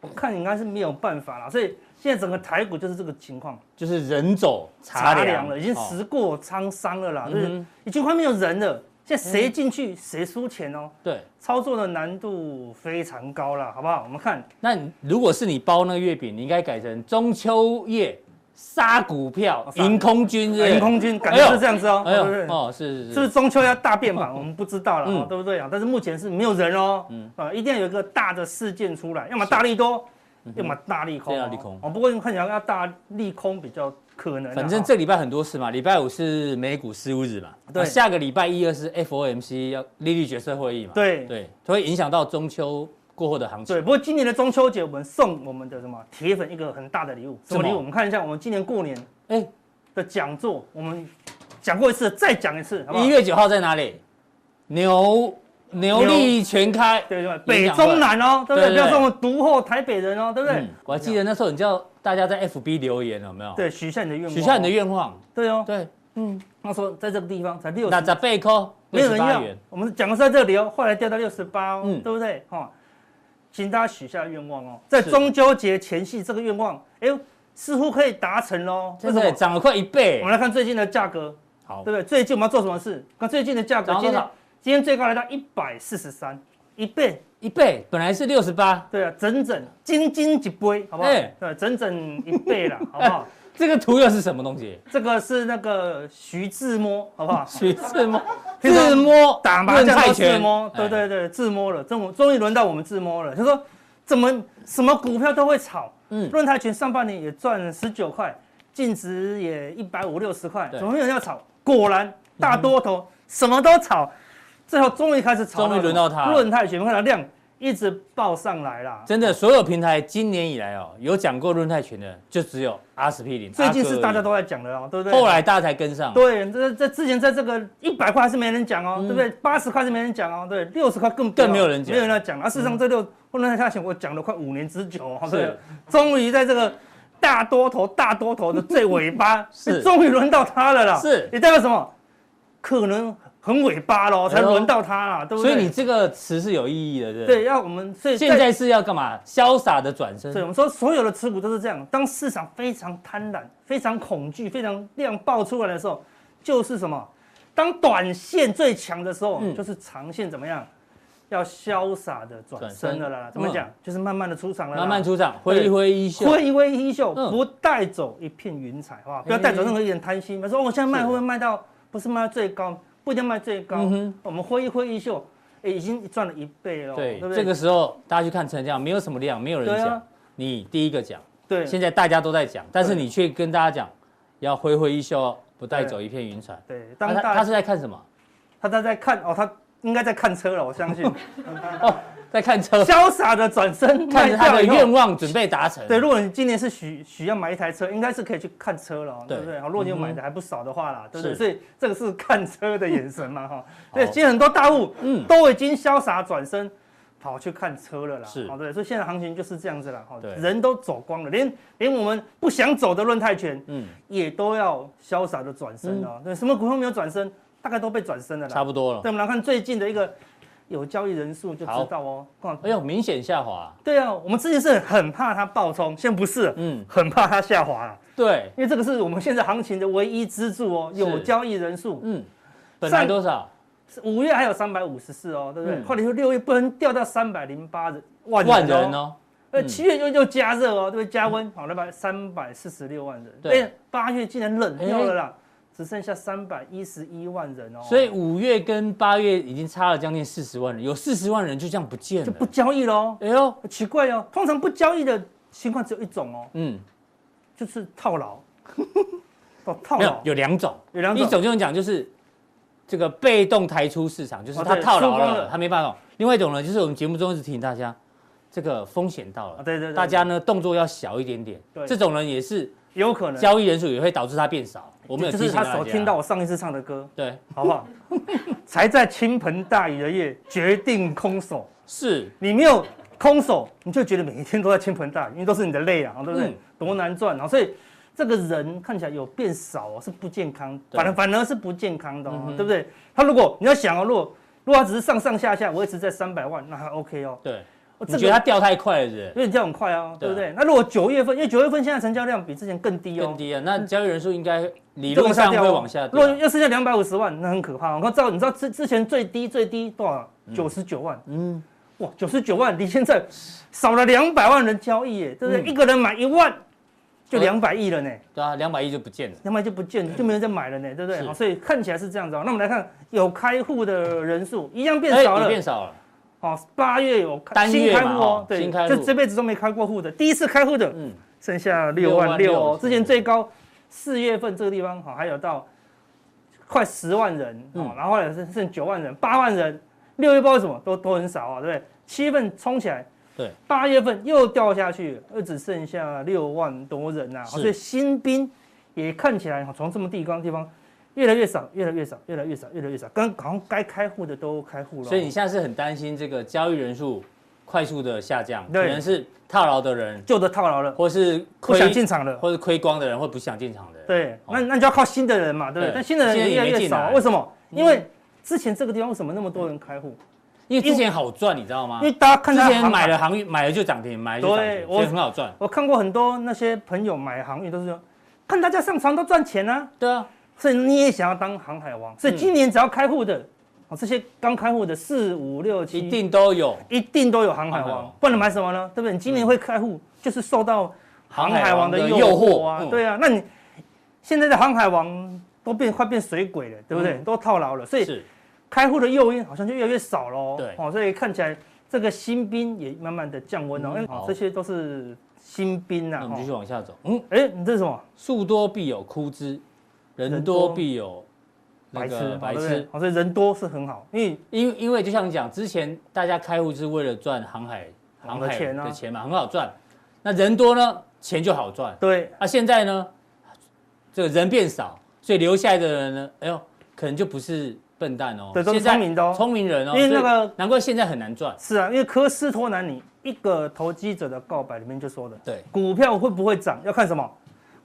Speaker 2: 我看应该是没有办法啦。所以现在整个台股就是这个情况，
Speaker 1: 就是人走茶
Speaker 2: 茶
Speaker 1: 凉
Speaker 2: 凉了，已经
Speaker 1: 哦
Speaker 2: 时过沧桑了啦，就
Speaker 1: 嗯
Speaker 2: 是
Speaker 1: 哼嗯
Speaker 2: 已经快没有人了。现在谁进去谁输钱哦，
Speaker 1: 对，
Speaker 2: 操作的难度非常高啦，好不好？我们看
Speaker 1: 那你如果是你包那个月饼，你应该改成中秋夜杀股票
Speaker 2: 哦、杀
Speaker 1: 迎空军是不是
Speaker 2: 迎空军，感
Speaker 1: 哎
Speaker 2: 觉
Speaker 1: 呦
Speaker 2: 是这样子哦，
Speaker 1: 哎
Speaker 2: 对不对
Speaker 1: 呦，？哦，是是
Speaker 2: 是不
Speaker 1: 是
Speaker 2: 是，中秋要大 变版？我们不知道了、
Speaker 1: 嗯
Speaker 2: 哦，对不对啊？但是目前是没有人哦，
Speaker 1: 嗯
Speaker 2: 啊，一定要有一个大的事件出来，要么大利多，
Speaker 1: 嗯
Speaker 2: 要么大利空、哦。
Speaker 1: 啊大利空
Speaker 2: 哦，不过看起来要大利空比较可能啊、
Speaker 1: 反正这礼拜很多事嘛，礼拜五是美股事务日嘛，
Speaker 2: 对
Speaker 1: 那下个礼拜一、二是 FOMC 要利率决策会议嘛，
Speaker 2: 对
Speaker 1: 对，它会影响到中秋过后的行
Speaker 2: 对。
Speaker 1: 情。
Speaker 2: 不过今年的中秋节，我们送我们的什么铁粉一个很大的礼物，
Speaker 1: 什
Speaker 2: 什
Speaker 1: 么
Speaker 2: 么礼物？我们看一下，我们今年过年
Speaker 1: 哎，
Speaker 2: 的讲座，我们讲过一次，再讲一次，好不好
Speaker 1: 一？月九号在哪里？牛牛力全开，
Speaker 2: 对对，
Speaker 1: 演
Speaker 2: 北
Speaker 1: 讲会
Speaker 2: 中南哦，对不
Speaker 1: 对对
Speaker 2: 对？不要
Speaker 1: 对
Speaker 2: 说我们独后台北人哦，对不对
Speaker 1: 嗯？我还记得那时候你叫大家在 FB 留言，有没有？，
Speaker 2: 对，许下你的愿望，哦
Speaker 1: 许下你的，愿望。
Speaker 2: 对哦。
Speaker 1: 对，
Speaker 2: 那时候在这个地方才六
Speaker 1: 打
Speaker 2: 十，
Speaker 1: 砸贝扣，
Speaker 2: 没有人
Speaker 1: 68
Speaker 2: 要
Speaker 1: 元。
Speaker 2: 我们讲的是在这里哦，后来掉到六十八哦
Speaker 1: 嗯，
Speaker 2: 对不对？哈，请大家许下愿望哦，在中秋节前夕，这个愿望，哎呦，似乎可以达成喽。为
Speaker 1: 真
Speaker 2: 什
Speaker 1: 的
Speaker 2: 么？
Speaker 1: 涨了快一倍
Speaker 2: 我。们来看最近的价格，
Speaker 1: 好
Speaker 2: 对不，对？最近我们要做什么事？看最近的价格，
Speaker 1: 涨到
Speaker 2: 今
Speaker 1: 多
Speaker 2: 天
Speaker 1: 少
Speaker 2: 今天最高来到一百四十三，一倍，
Speaker 1: 一倍，本来是六十八，
Speaker 2: 对啊，整整斤斤一杯，好不好
Speaker 1: 哎？
Speaker 2: 对，整整一 倍了，好不好？
Speaker 1: 这个图又是什么东西？？
Speaker 2: 这个是那个徐志摩，好不好
Speaker 1: 徐自摸，
Speaker 2: 听说
Speaker 1: 自摸
Speaker 2: 打麻
Speaker 1: 论
Speaker 2: 将
Speaker 1: 泰
Speaker 2: 都自
Speaker 1: 拳
Speaker 2: 摸，，对
Speaker 1: 哎，
Speaker 2: 对对，自摸了，终终于轮到我们自摸了。他说怎么什么股票都会炒，
Speaker 1: 嗯
Speaker 2: 论泰拳上半年也赚十九块，净值也一百五六十块，
Speaker 1: 对嗯
Speaker 2: 怎么没有人要炒？果然大多头什么都炒，最后终于开始炒了，
Speaker 1: 终于轮到他了
Speaker 2: 论泰拳，看它量一直爆上来啦。
Speaker 1: 真的，所有平台今年以来哦，有讲过论泰拳的，就只有 R 十 P 零。
Speaker 2: 最近是大家
Speaker 1: 都，
Speaker 2: 都在讲的哦，对不对？
Speaker 1: 后来大家才跟上。
Speaker 2: 对，这这之前在这个一百块还是没人讲哦，
Speaker 1: 嗯
Speaker 2: 对不对？八十块是没人讲哦，对，六十块更不要
Speaker 1: 更没有人讲嗯
Speaker 2: 没有人要讲。啊，事实上这六混乱下钱，我讲了快五年之久哦，对
Speaker 1: 是，
Speaker 2: 终于在这个大多头大多头的最尾巴， 哎
Speaker 1: 是
Speaker 2: 终于轮到他了啦。
Speaker 1: 是
Speaker 2: 也代表什么？可能很尾巴咯，才
Speaker 1: 哎呦
Speaker 2: 轮到他啦，对不
Speaker 1: 所
Speaker 2: 对？
Speaker 1: 以你这个词是有意义的，对不
Speaker 2: 对要我们所以
Speaker 1: 现在是要干嘛？潇洒的转身
Speaker 2: 对，。我们说所有的持股都是这样，当市场非常贪婪、非常恐惧、非常量爆出来的时候，就是什么？当短线最强的时候，
Speaker 1: 嗯
Speaker 2: 就是长线怎么样？要潇洒的转身了啦
Speaker 1: 转身。嗯
Speaker 2: 怎么讲？就是慢慢的出场了啦，
Speaker 1: 慢慢出场，挥一挥衣袖，
Speaker 2: 挥一挥衣袖，
Speaker 1: 嗯哎
Speaker 2: 不带走一片云彩，好不好？不要带走任何一点贪心。他说哦我现在卖
Speaker 1: 是
Speaker 2: 会不会卖到不是卖到最高，不一定卖最高
Speaker 1: 嗯哼，
Speaker 2: 我们挥一挥衣袖，哎，已经赚了一倍了，哦
Speaker 1: 对
Speaker 2: 对，不对？
Speaker 1: 这个时候大家去看成交，没有什么量，没有人
Speaker 2: 对啊
Speaker 1: 讲，你第一个讲。
Speaker 2: 对，
Speaker 1: 现在大家都在讲，但是你却跟大家讲，要挥挥衣袖哦，不带
Speaker 2: 对
Speaker 1: 走一片云彩。
Speaker 2: 对，
Speaker 1: 啊
Speaker 2: 当
Speaker 1: 他
Speaker 2: 大
Speaker 1: 他是在看什么？
Speaker 2: 他他在看哦，他应该在看车了，我 相信。
Speaker 1: 哦，在看车，
Speaker 2: 潇洒的转身，
Speaker 1: 看着他的
Speaker 2: 卖掉以后
Speaker 1: 愿。望准备达成。
Speaker 2: 对，如果你今年是许许要买一台车，应该是可以去看车了哦，
Speaker 1: 对嗯
Speaker 2: 对不对？好，如果你有买的还不少的话啦，对不对？
Speaker 1: 是
Speaker 2: 所以这个是看车的眼 神嘛，哈。
Speaker 1: 好
Speaker 2: 对，其实很多大户
Speaker 1: 嗯
Speaker 2: 都已经潇洒转身跑去看车了啦，哦
Speaker 1: 是
Speaker 2: 好对，所以现在行情就是这样子啦，哈
Speaker 1: 对，
Speaker 2: 人都走光了，连连我们不想走的论泰拳
Speaker 1: 嗯，
Speaker 2: 也都要潇洒的转身哦。对，什么股票没有转身，大概都被转身了啦。
Speaker 1: 差不多了。
Speaker 2: 对，我们来看最近的一个有交易人数就知道哦。看
Speaker 1: 哎呦，明显下滑。
Speaker 2: 对啊，我们之前是很怕它暴冲，现在不是，
Speaker 1: 嗯，
Speaker 2: 很怕它下滑啦，
Speaker 1: 对，
Speaker 2: 因为这个是我们现在行情的唯一支柱哦。
Speaker 1: 是
Speaker 2: 有交易人数，
Speaker 1: 嗯，本来
Speaker 2: 上
Speaker 1: 多少？
Speaker 2: 五月还有三百五十四哦，对不对？
Speaker 1: 嗯
Speaker 2: 后来又六月不能掉到三百零八人万人
Speaker 1: 万人
Speaker 2: 哦，
Speaker 1: 哦。
Speaker 2: 呃，
Speaker 1: 嗯
Speaker 2: 七月又又加热哦，对不对？加温，好，那把三百四十六万人，
Speaker 1: 对哎
Speaker 2: 哎，八月竟然冷掉了啦，只剩下三百一十一万人哦，
Speaker 1: 所以五月跟八月已经差了将近四十万人，有四十万人就这样不见
Speaker 2: 就
Speaker 1: 了。
Speaker 2: 不交易喽。
Speaker 1: 哎呦，
Speaker 2: 奇怪哦，通常不交易的情况只有一种哦，
Speaker 1: 嗯，
Speaker 2: 就是套 牢。哦，套
Speaker 1: 没有
Speaker 2: 牢，
Speaker 1: 有两种，
Speaker 2: 有两
Speaker 1: 一
Speaker 2: 种，
Speaker 1: 种就是讲就是这个被动抬出市场，就是
Speaker 2: 哦
Speaker 1: 他
Speaker 2: 对
Speaker 1: 套牢
Speaker 2: 出光
Speaker 1: 了，
Speaker 2: 了
Speaker 1: 他没办法。另外一种呢，就是我们节目中一直提醒大家，这个风险到
Speaker 2: 啊
Speaker 1: 了，
Speaker 2: 对对对，
Speaker 1: 大家呢动作要小一点点。
Speaker 2: 对
Speaker 1: 这种人也是
Speaker 2: 有可能，
Speaker 1: 交易人数也会导致它变少。我们有
Speaker 2: 就
Speaker 1: 提
Speaker 2: 是
Speaker 1: 醒大
Speaker 2: 他
Speaker 1: 家。
Speaker 2: 所听到我上一次唱的歌，
Speaker 1: 对，
Speaker 2: 好不好？ 才在倾盆大雨的夜决定空手，
Speaker 1: 是
Speaker 2: 你没有空手，你就觉得每一天都在倾盆大雨，因为都是你的泪啊，对不对？
Speaker 1: 嗯
Speaker 2: 多难赚啊！所以这个人看起来有变少哦，是不健康，
Speaker 1: 对
Speaker 2: 反而反而是不健康的、哦
Speaker 1: 嗯，哼
Speaker 2: 对不对？他如果你要想哦，如果如果他只是上上下下维持在三百万，那还 OK 哦。
Speaker 1: 对。
Speaker 2: 哦
Speaker 1: 你觉得它掉太快了是不是？
Speaker 2: 因为你掉很快哦，
Speaker 1: 对啊
Speaker 2: 对不对？那如果九月份，因为九月份现在成交量比之前更低哦
Speaker 1: 更，低啊，那交易人数应该理
Speaker 2: 就
Speaker 1: 论上
Speaker 2: 掉哦
Speaker 1: 会往下
Speaker 2: 如果
Speaker 1: 掉。
Speaker 2: 要剩下两百五十万，那很可怕哦。我知道，你知道之之前最低最低多少？九十九万，
Speaker 1: 嗯，
Speaker 2: 哇，九十九万离现在少了两百万人交易耶，对不对？
Speaker 1: 嗯
Speaker 2: 一个人买一万就
Speaker 1: 对
Speaker 2: 两百亿了呢，
Speaker 1: 对啊，两百亿就不见了。
Speaker 2: 两百就不见，就没人再买了呢，对不对？
Speaker 1: 是
Speaker 2: 好所以看起来是这样子哦。那我们来看有开户的人数一样变
Speaker 1: 哎
Speaker 2: 少
Speaker 1: 也
Speaker 2: 了，
Speaker 1: 变少了。
Speaker 2: 哦，八月有开
Speaker 1: 单月
Speaker 2: 新
Speaker 1: 嘛
Speaker 2: 开户
Speaker 1: 哦
Speaker 2: 哦，对
Speaker 1: 新开，户
Speaker 2: 就这辈子都没开过户的，第一次开户的，
Speaker 1: 嗯，
Speaker 2: 剩下六万
Speaker 1: 6
Speaker 2: 六
Speaker 1: 万六
Speaker 2: 哦，之前最高四月份这个地方好，还有到快十万人哦
Speaker 1: 嗯，
Speaker 2: 然后后来剩剩九万人、八万人，六月不知道为什么都都很少啊，对不对？七月份冲起来，
Speaker 1: 对，
Speaker 2: 八月份又掉下去，又只剩下六万多人呐、啊，
Speaker 1: 是
Speaker 2: 哦所以新兵也看起来哦从这么地方地方越来越少，越来越少，越来越少，越来越少，刚好像该开户的都开户了。
Speaker 1: 所以你现在是很担心这个交易人数快速的下降，可
Speaker 2: 对
Speaker 1: 能是套牢的人，
Speaker 2: 旧的套牢了，
Speaker 1: 或是
Speaker 2: 不
Speaker 1: 亏
Speaker 2: 想进场了。
Speaker 1: 或是亏光的人，或不想进场的人。，
Speaker 2: 对，
Speaker 1: 哦
Speaker 2: 那那你就要靠新的人嘛，对不
Speaker 1: 对
Speaker 2: 对？但新的人
Speaker 1: 新人
Speaker 2: 越来
Speaker 1: 也没
Speaker 2: 越
Speaker 1: 进
Speaker 2: 少，
Speaker 1: 来嗯
Speaker 2: 为什么？因为之前这个地方为什么那么多人开户？
Speaker 1: 因为之前好赚，你知道吗
Speaker 2: 因？为大家看
Speaker 1: 啊之
Speaker 2: 他
Speaker 1: 前买了航运，买了就涨停，买了就涨
Speaker 2: 对
Speaker 1: 停，
Speaker 2: 我
Speaker 1: 所以很好赚。
Speaker 2: 我看过很多那些朋友买航运都是说，看大家上船都赚钱啊，
Speaker 1: 对啊，
Speaker 2: 所以你也想要当航海
Speaker 1: 嗯
Speaker 2: 王。所以今年只要开户的，哦，这些刚开户的四五六七
Speaker 1: 一定都有。
Speaker 2: 一定都有航海
Speaker 1: 航海
Speaker 2: 王
Speaker 1: 王，嗯
Speaker 2: 不然买什么呢？对不对？你今年会开户，就是受到航海王的
Speaker 1: 航海
Speaker 2: 诱
Speaker 1: 王的诱惑
Speaker 2: 惑啊
Speaker 1: 嗯，
Speaker 2: 对啊。那你现在的航海王都变快变水鬼了，对不对
Speaker 1: 嗯？
Speaker 2: 都套牢了，所以
Speaker 1: 是，
Speaker 2: 开户的诱因好像就越来越少喽。
Speaker 1: 对
Speaker 2: 哦，所以看起来这个新兵也慢慢的降温了。
Speaker 1: 嗯
Speaker 2: 嗯，
Speaker 1: 好
Speaker 2: 哦这些都是新兵呐。
Speaker 1: 那我们继续
Speaker 2: 哦
Speaker 1: 往下走。嗯，
Speaker 2: 哎，你这是什么？
Speaker 1: 树多必有枯枝，人
Speaker 2: 人
Speaker 1: 多
Speaker 2: 多
Speaker 1: 必有那
Speaker 2: 白痴
Speaker 1: 个，
Speaker 2: 哦
Speaker 1: 白
Speaker 2: 对不对
Speaker 1: 痴。
Speaker 2: 哦所以人多是很好，因为
Speaker 1: 因为因为就像你讲，之前大家开户是为了赚航海航
Speaker 2: 航的
Speaker 1: 海
Speaker 2: 钱啊
Speaker 1: 的钱嘛，很好赚。那人多呢，钱就好赚。
Speaker 2: 对
Speaker 1: 那现在呢，这个人变少，所以留下来的人呢，哎呦，可能就不是笨蛋哦，
Speaker 2: 对都是
Speaker 1: 现在
Speaker 2: 聪明的哦
Speaker 1: 聪明人哦。
Speaker 2: 因为那个
Speaker 1: 所以难怪现在很难赚。
Speaker 2: 是啊，因为科斯托南尼一个投机者的告白里面就说的，
Speaker 1: 对，
Speaker 2: 股票会不会涨要看什么，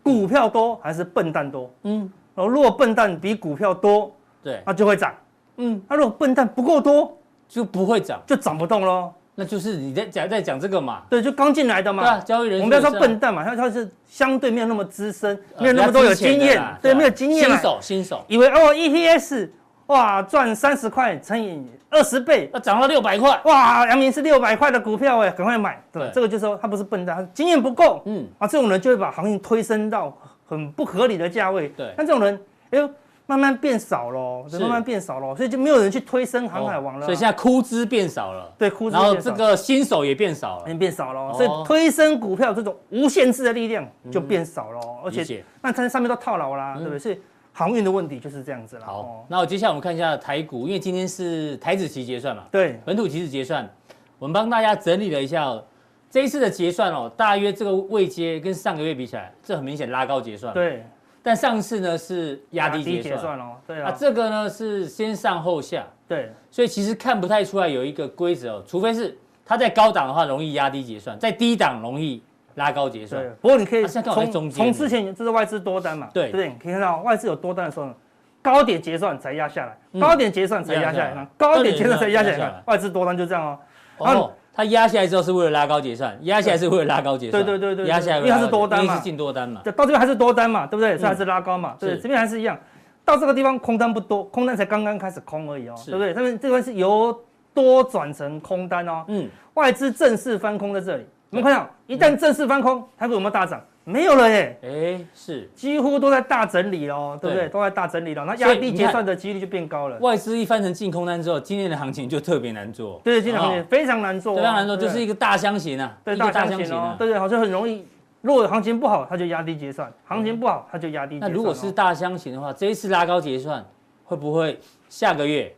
Speaker 2: 股票多还是笨蛋多。
Speaker 1: 嗯，
Speaker 2: 然后如果笨蛋比股票多，
Speaker 1: 对，
Speaker 2: 那就会涨；
Speaker 1: 嗯，
Speaker 2: 那如果笨蛋不够多，
Speaker 1: 就不会涨。
Speaker 2: 就涨不动喽。
Speaker 1: 那就是你在讲在讲这个嘛，
Speaker 2: 对，就刚进来的
Speaker 1: 对啊，
Speaker 2: 嘛。
Speaker 1: 交易人
Speaker 2: 我
Speaker 1: 数
Speaker 2: 们不要
Speaker 1: 也
Speaker 2: 说
Speaker 1: 是啊
Speaker 2: 笨蛋嘛，他他是相对没有那么资深，
Speaker 1: 呃
Speaker 2: 没有那么多有
Speaker 1: 比较之前
Speaker 2: 经
Speaker 1: 的
Speaker 2: 验
Speaker 1: 啦，
Speaker 2: 对，
Speaker 1: 啊
Speaker 2: 没有经验嘛
Speaker 1: 新，手新手，
Speaker 2: 以为哦 EPS 哇赚三十块乘以二十倍，
Speaker 1: 那涨到六百块，
Speaker 2: 哇，阳明是六百块的股票哎，赶快买。对
Speaker 1: 对，
Speaker 2: 这个就是说他不是笨蛋，他经验不够，
Speaker 1: 嗯，
Speaker 2: 啊，这种人就会把行业推升到很不合理的价位。
Speaker 1: 对
Speaker 2: 但这种人，哎呦，慢慢变少喽，
Speaker 1: 是
Speaker 2: 慢慢变少喽，所以就没有人去推升航海王了啊、
Speaker 1: 哦所以现在枯枝变少了，
Speaker 2: 对，枯枝
Speaker 1: 然后
Speaker 2: 变
Speaker 1: 这
Speaker 2: 少，嗯
Speaker 1: 个新手也变少
Speaker 2: 已
Speaker 1: 了，
Speaker 2: 经变少喽，
Speaker 1: 哦嗯
Speaker 2: 所以推升股票这种无限制的力量就变少喽，而
Speaker 1: 理
Speaker 2: 且
Speaker 1: 解。嗯
Speaker 2: 那它上面都套牢啦，对不对？所以航运的问题就是这样子啦。
Speaker 1: 好
Speaker 2: 哦，，
Speaker 1: 那我接下来我们看一下台股，因为今天是台子期结算嘛，
Speaker 2: 对，
Speaker 1: 本土期指结算，我们帮大家整理了一下哦这一次的结算哦，大约这个位阶跟上个月比起来，这很明显拉高结算，，
Speaker 2: 对，
Speaker 1: 但上次呢是压低结算，
Speaker 2: 算哦，对
Speaker 1: 啊，
Speaker 2: 啊，
Speaker 1: 这个呢是先上后下，
Speaker 2: 对，
Speaker 1: 所以其实看不太出来有一个规则哦，除非是它在高档的话容易压低结算，在低档容易拉高结算
Speaker 2: 对。。不过你可以
Speaker 1: 啊现在刚好在中
Speaker 2: 从
Speaker 1: 间
Speaker 2: 从之前这是外资多单嘛，
Speaker 1: 对
Speaker 2: 对不对？你可以看到外资有多单的时候呢，高点结算才压下来，高点结算才压
Speaker 1: 嗯
Speaker 2: 下
Speaker 1: 压下来
Speaker 2: 来，高点结算才压
Speaker 1: 高
Speaker 2: 下
Speaker 1: 点结算才压下来
Speaker 2: 来，外资多单就这样哦。然后
Speaker 1: 哦，它压下来之后是为了拉高结算，压下来是为了拉高结算。
Speaker 2: 对对对对对
Speaker 1: 压下来为了拉高结算
Speaker 2: 因为它是多单嘛
Speaker 1: 因为是进多单嘛。
Speaker 2: 这到这边还是多单嘛，对不对？所以还
Speaker 1: 嗯
Speaker 2: 是拉高嘛，对不
Speaker 1: 是
Speaker 2: 对？这边还是一样，到这个地方空单不多，空单才刚刚开始空而已哦，
Speaker 1: 是
Speaker 2: 对不对？他们这边是由多转成空单哦，
Speaker 1: 嗯，
Speaker 2: 外资正式翻空在这里，我们看到一旦正式翻空，台股有没有大涨？没有了耶。
Speaker 1: 哎，是
Speaker 2: 几乎都在大整理喽，对不对？
Speaker 1: 对
Speaker 2: 都在大整理了，那
Speaker 1: 所
Speaker 2: 压
Speaker 1: 以
Speaker 2: 低
Speaker 1: 你
Speaker 2: 结
Speaker 1: 看
Speaker 2: 算的几率就变高了。
Speaker 1: 外资一翻成净空单之后，今天的行情就特别难做。
Speaker 2: 对，经常
Speaker 1: 好不
Speaker 2: 也
Speaker 1: 好
Speaker 2: 非常难做啊，
Speaker 1: 哦对非常难做，
Speaker 2: 对
Speaker 1: 就
Speaker 2: 不
Speaker 1: 是
Speaker 2: 对
Speaker 1: 一个大箱型啊，
Speaker 2: 对
Speaker 1: 一个
Speaker 2: 大箱型哦，对对，好像很容易。如果行情不好，它就压低结算；行情不好，它就压低结
Speaker 1: 那
Speaker 2: 算哦。
Speaker 1: 如果是大箱型的话，这一次拉高结算，会不会下个月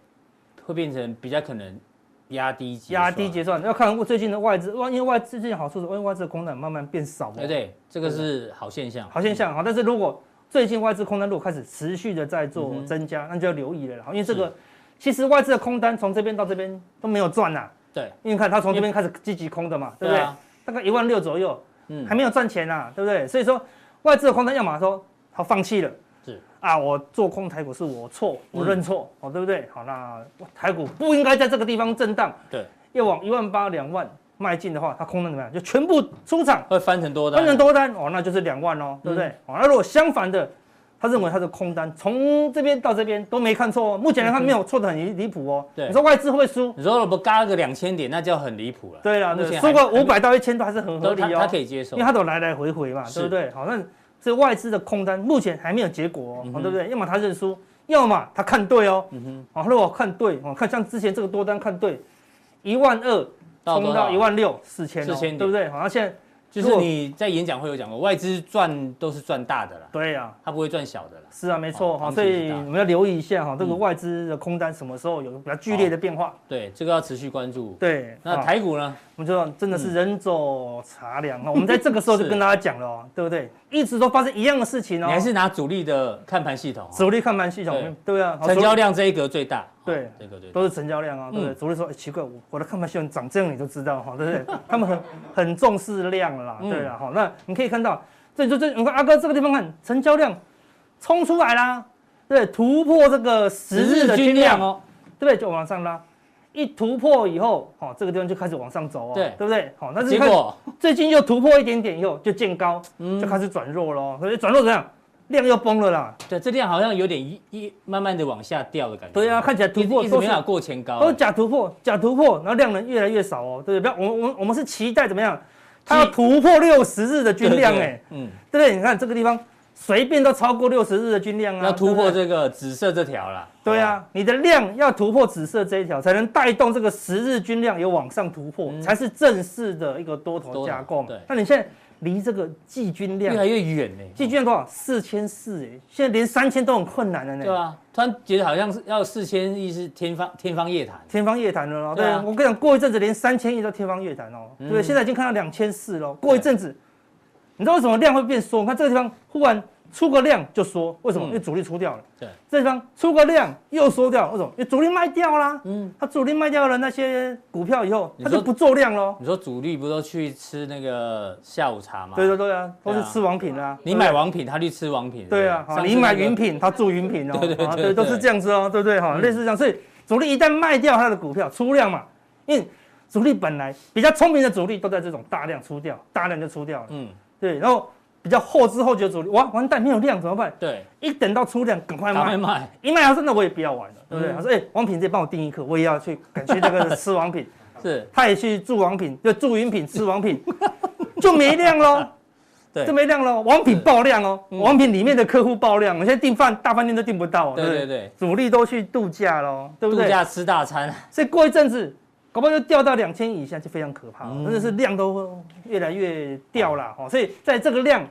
Speaker 1: 会变成比较可能压低结算
Speaker 2: 压低结算，要看最近的外资，哇，因为外资最近好处是，因为哎外资的空单慢慢变少嘛，
Speaker 1: 哎，对，这个是好现象，
Speaker 2: 好现象好。但是如果最近外资空单如果开始持续的在
Speaker 1: 嗯
Speaker 2: 做增加，那就要留意了啦，因为这个其实外资的空单从这边到这边都没有赚呐，
Speaker 1: 对，
Speaker 2: 因为你看它从这边开始积极空的嘛，对不
Speaker 1: 对
Speaker 2: 对？
Speaker 1: 啊
Speaker 2: 大概一万六左右，
Speaker 1: 嗯
Speaker 2: 还没有赚钱呐、对不对？所以说外资的空单要么说他放弃了，
Speaker 1: 是嗯
Speaker 2: 啊，我做空台股是我错，我认错，哦，对不对？好，那台股不应该在这个地方震荡，
Speaker 1: 对，
Speaker 2: 要往一万八、两万迈进的话，它空单怎么样？就全部出场，
Speaker 1: 会翻成多嗯的，啊
Speaker 2: 分成多单哦，那就是两万哦，对不对？哦，那如果相反的。他认为他的空单从这边到这边都没看错哦，目前来看没有错的很离离谱哦。
Speaker 1: 嗯对
Speaker 2: 你说外资会不会输？
Speaker 1: 你说如果嘎个两千点，那就很离谱了。
Speaker 2: 对啦，
Speaker 1: 目
Speaker 2: 对
Speaker 1: 前
Speaker 2: 输
Speaker 1: 还
Speaker 2: 个五百到一千都还是很合
Speaker 1: 都
Speaker 2: 理
Speaker 1: 他
Speaker 2: 哦。
Speaker 1: 他可以接受
Speaker 2: 因为，它都来来回回嘛，
Speaker 1: 是
Speaker 2: 对不对？好，那这外资的空单目前还没有结果哦，
Speaker 1: 嗯
Speaker 2: 好
Speaker 1: 哼
Speaker 2: 对不对？要么他认输，要么他看对哦。
Speaker 1: 嗯哼，
Speaker 2: 好，如果看对，哦，看像之前这个多单看对，一万二
Speaker 1: 到
Speaker 2: 冲
Speaker 1: 多
Speaker 2: 到
Speaker 1: 少
Speaker 2: 一？万六，四千，哦
Speaker 1: 4000点
Speaker 2: 对不对？好，那现在
Speaker 1: 就是你在演讲会有讲过，外资赚都是赚大的啦，
Speaker 2: 对呀、啊，
Speaker 1: 它不会赚小的啦。
Speaker 2: 是啊，没错
Speaker 1: 哦
Speaker 2: 哈、
Speaker 1: 行
Speaker 2: 所
Speaker 1: 情
Speaker 2: 以
Speaker 1: 是大
Speaker 2: 我们要留意一下哦
Speaker 1: 嗯
Speaker 2: 哈、这个外资的空单什么时候有比较剧烈的变化？
Speaker 1: 对，这个要持续关注。
Speaker 2: 对，
Speaker 1: 嗯那
Speaker 2: 哈
Speaker 1: 台股呢？
Speaker 2: 我们就真的是人走茶凉哦 哈、我们在这个时候就是跟大家讲了、哦，对不对？一直都发生一样的事情
Speaker 1: 你
Speaker 2: 哦，
Speaker 1: 还是拿主力的看盘系统哦，
Speaker 2: 主力看盘系统，对啊，好
Speaker 1: 成
Speaker 2: 主
Speaker 1: 交
Speaker 2: 力
Speaker 1: 量这一格最大。
Speaker 2: 对
Speaker 1: 哦这个最大
Speaker 2: 都是成交量啊，对不对？
Speaker 1: 嗯
Speaker 2: 主力说，哎，奇怪，我我的看盘系统长这样你都知道哈，对不对？ 他们很很重视量啦，
Speaker 1: 嗯
Speaker 2: 对啊，好，那你可以看到，这就这，你看阿哥这个地方看成交量冲出来啦，对，突破这个十日的均量哦，
Speaker 1: 哦，
Speaker 2: 对不对？就往上拉。一突破以后，好、这个地方就开始往上走哦，
Speaker 1: 对
Speaker 2: 对不对？好、那是
Speaker 1: 结
Speaker 2: 看
Speaker 1: 果
Speaker 2: 最近又突破一点点以后就见高，
Speaker 1: 嗯
Speaker 2: 就开始转弱喽。所以转弱怎样？量又崩了啦。
Speaker 1: 对这量好像有点一一慢慢的往下掉的感觉。
Speaker 2: 对啊，看起来突
Speaker 1: 一
Speaker 2: 破
Speaker 1: 直一直
Speaker 2: 都
Speaker 1: 没
Speaker 2: 是
Speaker 1: 法过前高
Speaker 2: 都是。假突破，假突破，然后量能越来越少哦，对不对？不要，我们我们我们是期待怎么样？它要突破六十日的均量
Speaker 1: 对
Speaker 2: 哎，，
Speaker 1: 对嗯，
Speaker 2: 对不对？你看这个地方随便都超过六十日的均量啊，
Speaker 1: 要突破
Speaker 2: 对
Speaker 1: 这
Speaker 2: 不对。
Speaker 1: 个紫色这条啦。
Speaker 2: 对啊，你的量要突破紫色这一条，才能带动这个十日均量有往上突破，
Speaker 1: 嗯
Speaker 2: 才是正式的一个多头
Speaker 1: 多头
Speaker 2: 架构嘛。
Speaker 1: 对
Speaker 2: 那你现在离这个季均
Speaker 1: 好吧，
Speaker 2: 量
Speaker 1: 越来越远欸呢。
Speaker 2: 季均量多少？四千四哎，现在连三千都很困难了呢。
Speaker 1: 对啊，突然觉得好像是要四千亿是天方天方夜谭。
Speaker 2: 天方夜谭了咯，
Speaker 1: 对
Speaker 2: 对
Speaker 1: 啊
Speaker 2: 啊，我跟你讲，过一阵子连三千亿都天方夜谭哦，
Speaker 1: 嗯
Speaker 2: 对，现在已经看到两千四了，过一阵子，你知道为什么量会变缩？你看这个地方忽然出个量就缩，为什
Speaker 1: 嗯
Speaker 2: 么？因为主力出掉了。
Speaker 1: 对，
Speaker 2: 这地方出个量又缩掉，为什么？因为主力卖掉啦，
Speaker 1: 嗯，
Speaker 2: 他主力卖掉了那些股票以后，
Speaker 1: 你
Speaker 2: 他
Speaker 1: 说嗯
Speaker 2: 就不做量喽。
Speaker 1: 你说主力不都去吃那个下午茶吗？
Speaker 2: 对对对啊，都
Speaker 1: 对啊
Speaker 2: 是吃王品啦。
Speaker 1: 你买王品，他去吃王品。
Speaker 2: 对啊，
Speaker 1: 不
Speaker 2: 好，
Speaker 1: 上
Speaker 2: 你
Speaker 1: 次
Speaker 2: 买
Speaker 1: 那个
Speaker 2: 云品，他做云品哦，
Speaker 1: 对对
Speaker 2: 啊
Speaker 1: 对对嗯
Speaker 2: 都是这样子哦，对不对？哈，类似这样，所以主力一旦卖掉他的股票出量嘛，因为主力本来比较聪明的主力都在这种大量出掉，大量就出掉了，
Speaker 1: 嗯，
Speaker 2: 对，然后比较后知后觉的主力，哇，完蛋，没有量怎么办？
Speaker 1: 对，
Speaker 2: 一等到出量，赶快
Speaker 1: 赶快
Speaker 2: 卖。
Speaker 1: 卖，
Speaker 2: 一卖他真的我也不要玩了，对不对？
Speaker 1: 嗯
Speaker 2: 他说：“哎，王品这帮我订一颗，我也要去赶去那 个吃王品。”
Speaker 1: 是，
Speaker 2: 他也去住王品，就 住云品吃王 品，就没量喽。
Speaker 1: 对嗯
Speaker 2: 就没量喽。王品爆量哦，王品里面的客户爆量，哦我现在订饭大饭店都订不到哦，
Speaker 1: 对
Speaker 2: 不
Speaker 1: 对对，
Speaker 2: 主力都去度假喽，对不
Speaker 1: 度
Speaker 2: 对？
Speaker 1: 假吃大餐，
Speaker 2: 所以过一阵子，搞不好又掉到两千以下，就非常可怕哦，
Speaker 1: 嗯
Speaker 2: 真的是量都越来越掉啦。哦，所以在这个量，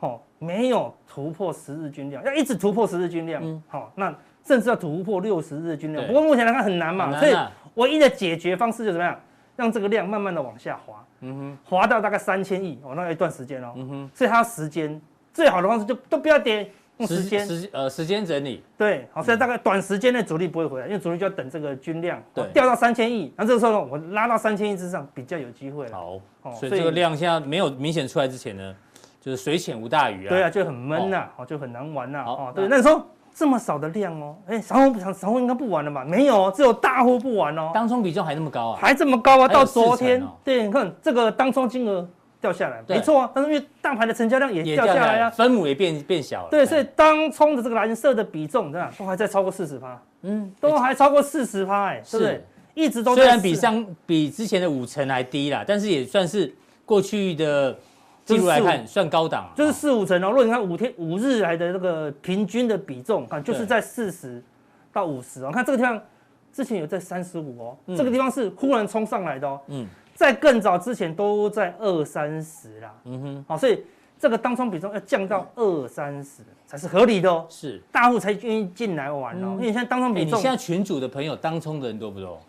Speaker 2: 哦，没有突破十日均量，要一直突破十日均量
Speaker 1: 嗯，
Speaker 2: 好，那甚至要突破六十日均量。
Speaker 1: 对
Speaker 2: 不过目前来看很难
Speaker 1: 很
Speaker 2: 嘛，所
Speaker 1: 难
Speaker 2: 以
Speaker 1: 啊
Speaker 2: 唯一的解决方式就是怎么样，让这个量慢慢的往下滑，
Speaker 1: 嗯
Speaker 2: 滑到大概三千亿哦，那要一段时间哦
Speaker 1: 哼，，嗯哼。
Speaker 2: 所以它要时间最好的方式就都不要跌，用时
Speaker 1: 时嗯
Speaker 2: 间
Speaker 1: 时呃时间整理，
Speaker 2: 对，好，所以大概短时间内主力不会回来，因为主力就要等这个均量哦
Speaker 1: 对
Speaker 2: 掉到三千亿，那这个时候呢，我拉到三千亿之上比较有机会了。
Speaker 1: 好
Speaker 2: 哦，
Speaker 1: 所以
Speaker 2: 所以
Speaker 1: 这个量现在没有明显出来之前呢，就是水浅无大鱼啊。
Speaker 2: 对啊，就很闷呐，哦，就很难玩呐，
Speaker 1: 好
Speaker 2: 哦，对，
Speaker 1: 那
Speaker 2: 那时候这么少的量哦，哎，散户不想，散户应该不玩了吧？没有哦，只有大户不玩哦，
Speaker 1: 当冲比重还那么高啊，
Speaker 2: 还这么高啊，
Speaker 1: 还有
Speaker 2: 到昨
Speaker 1: 四
Speaker 2: 天
Speaker 1: 成哦，
Speaker 2: 对，你看这个当冲金额掉下来，
Speaker 1: 对
Speaker 2: 没错啊，但是因为大盘的成交量也
Speaker 1: 也
Speaker 2: 掉下来
Speaker 1: 了
Speaker 2: 啊，
Speaker 1: 分母也变变小了。
Speaker 2: 对，所以当冲的这个蓝色的比重，对吧？都还在超过四十趴，
Speaker 1: 嗯，
Speaker 2: 都还超过四十趴，哎，对不对
Speaker 1: 是？
Speaker 2: 一直都在
Speaker 1: 虽然比
Speaker 2: 40
Speaker 1: 上比之前的五成还低啦，但是也算是过去的记录来看算高档啊，
Speaker 2: 就是
Speaker 1: 哦
Speaker 2: 四五成哦。如果你看五天五日来的这个平均的比重啊，就是在四十到五十哦。看这个地方之前有在三十五哦，
Speaker 1: 嗯
Speaker 2: 这个地方是忽然冲上来的哦，
Speaker 1: 嗯
Speaker 2: 在更早之前都在二三十啦。哦
Speaker 1: 嗯哼
Speaker 2: 好，所以这个当冲比重要降到二三十才是合理的哦，
Speaker 1: 是。
Speaker 2: 大户才愿意进来玩哦。
Speaker 1: 嗯
Speaker 2: 因为现在当冲
Speaker 1: 哎，
Speaker 2: 比
Speaker 1: 你
Speaker 2: 重
Speaker 1: 现在群主的朋友当冲的人多不多？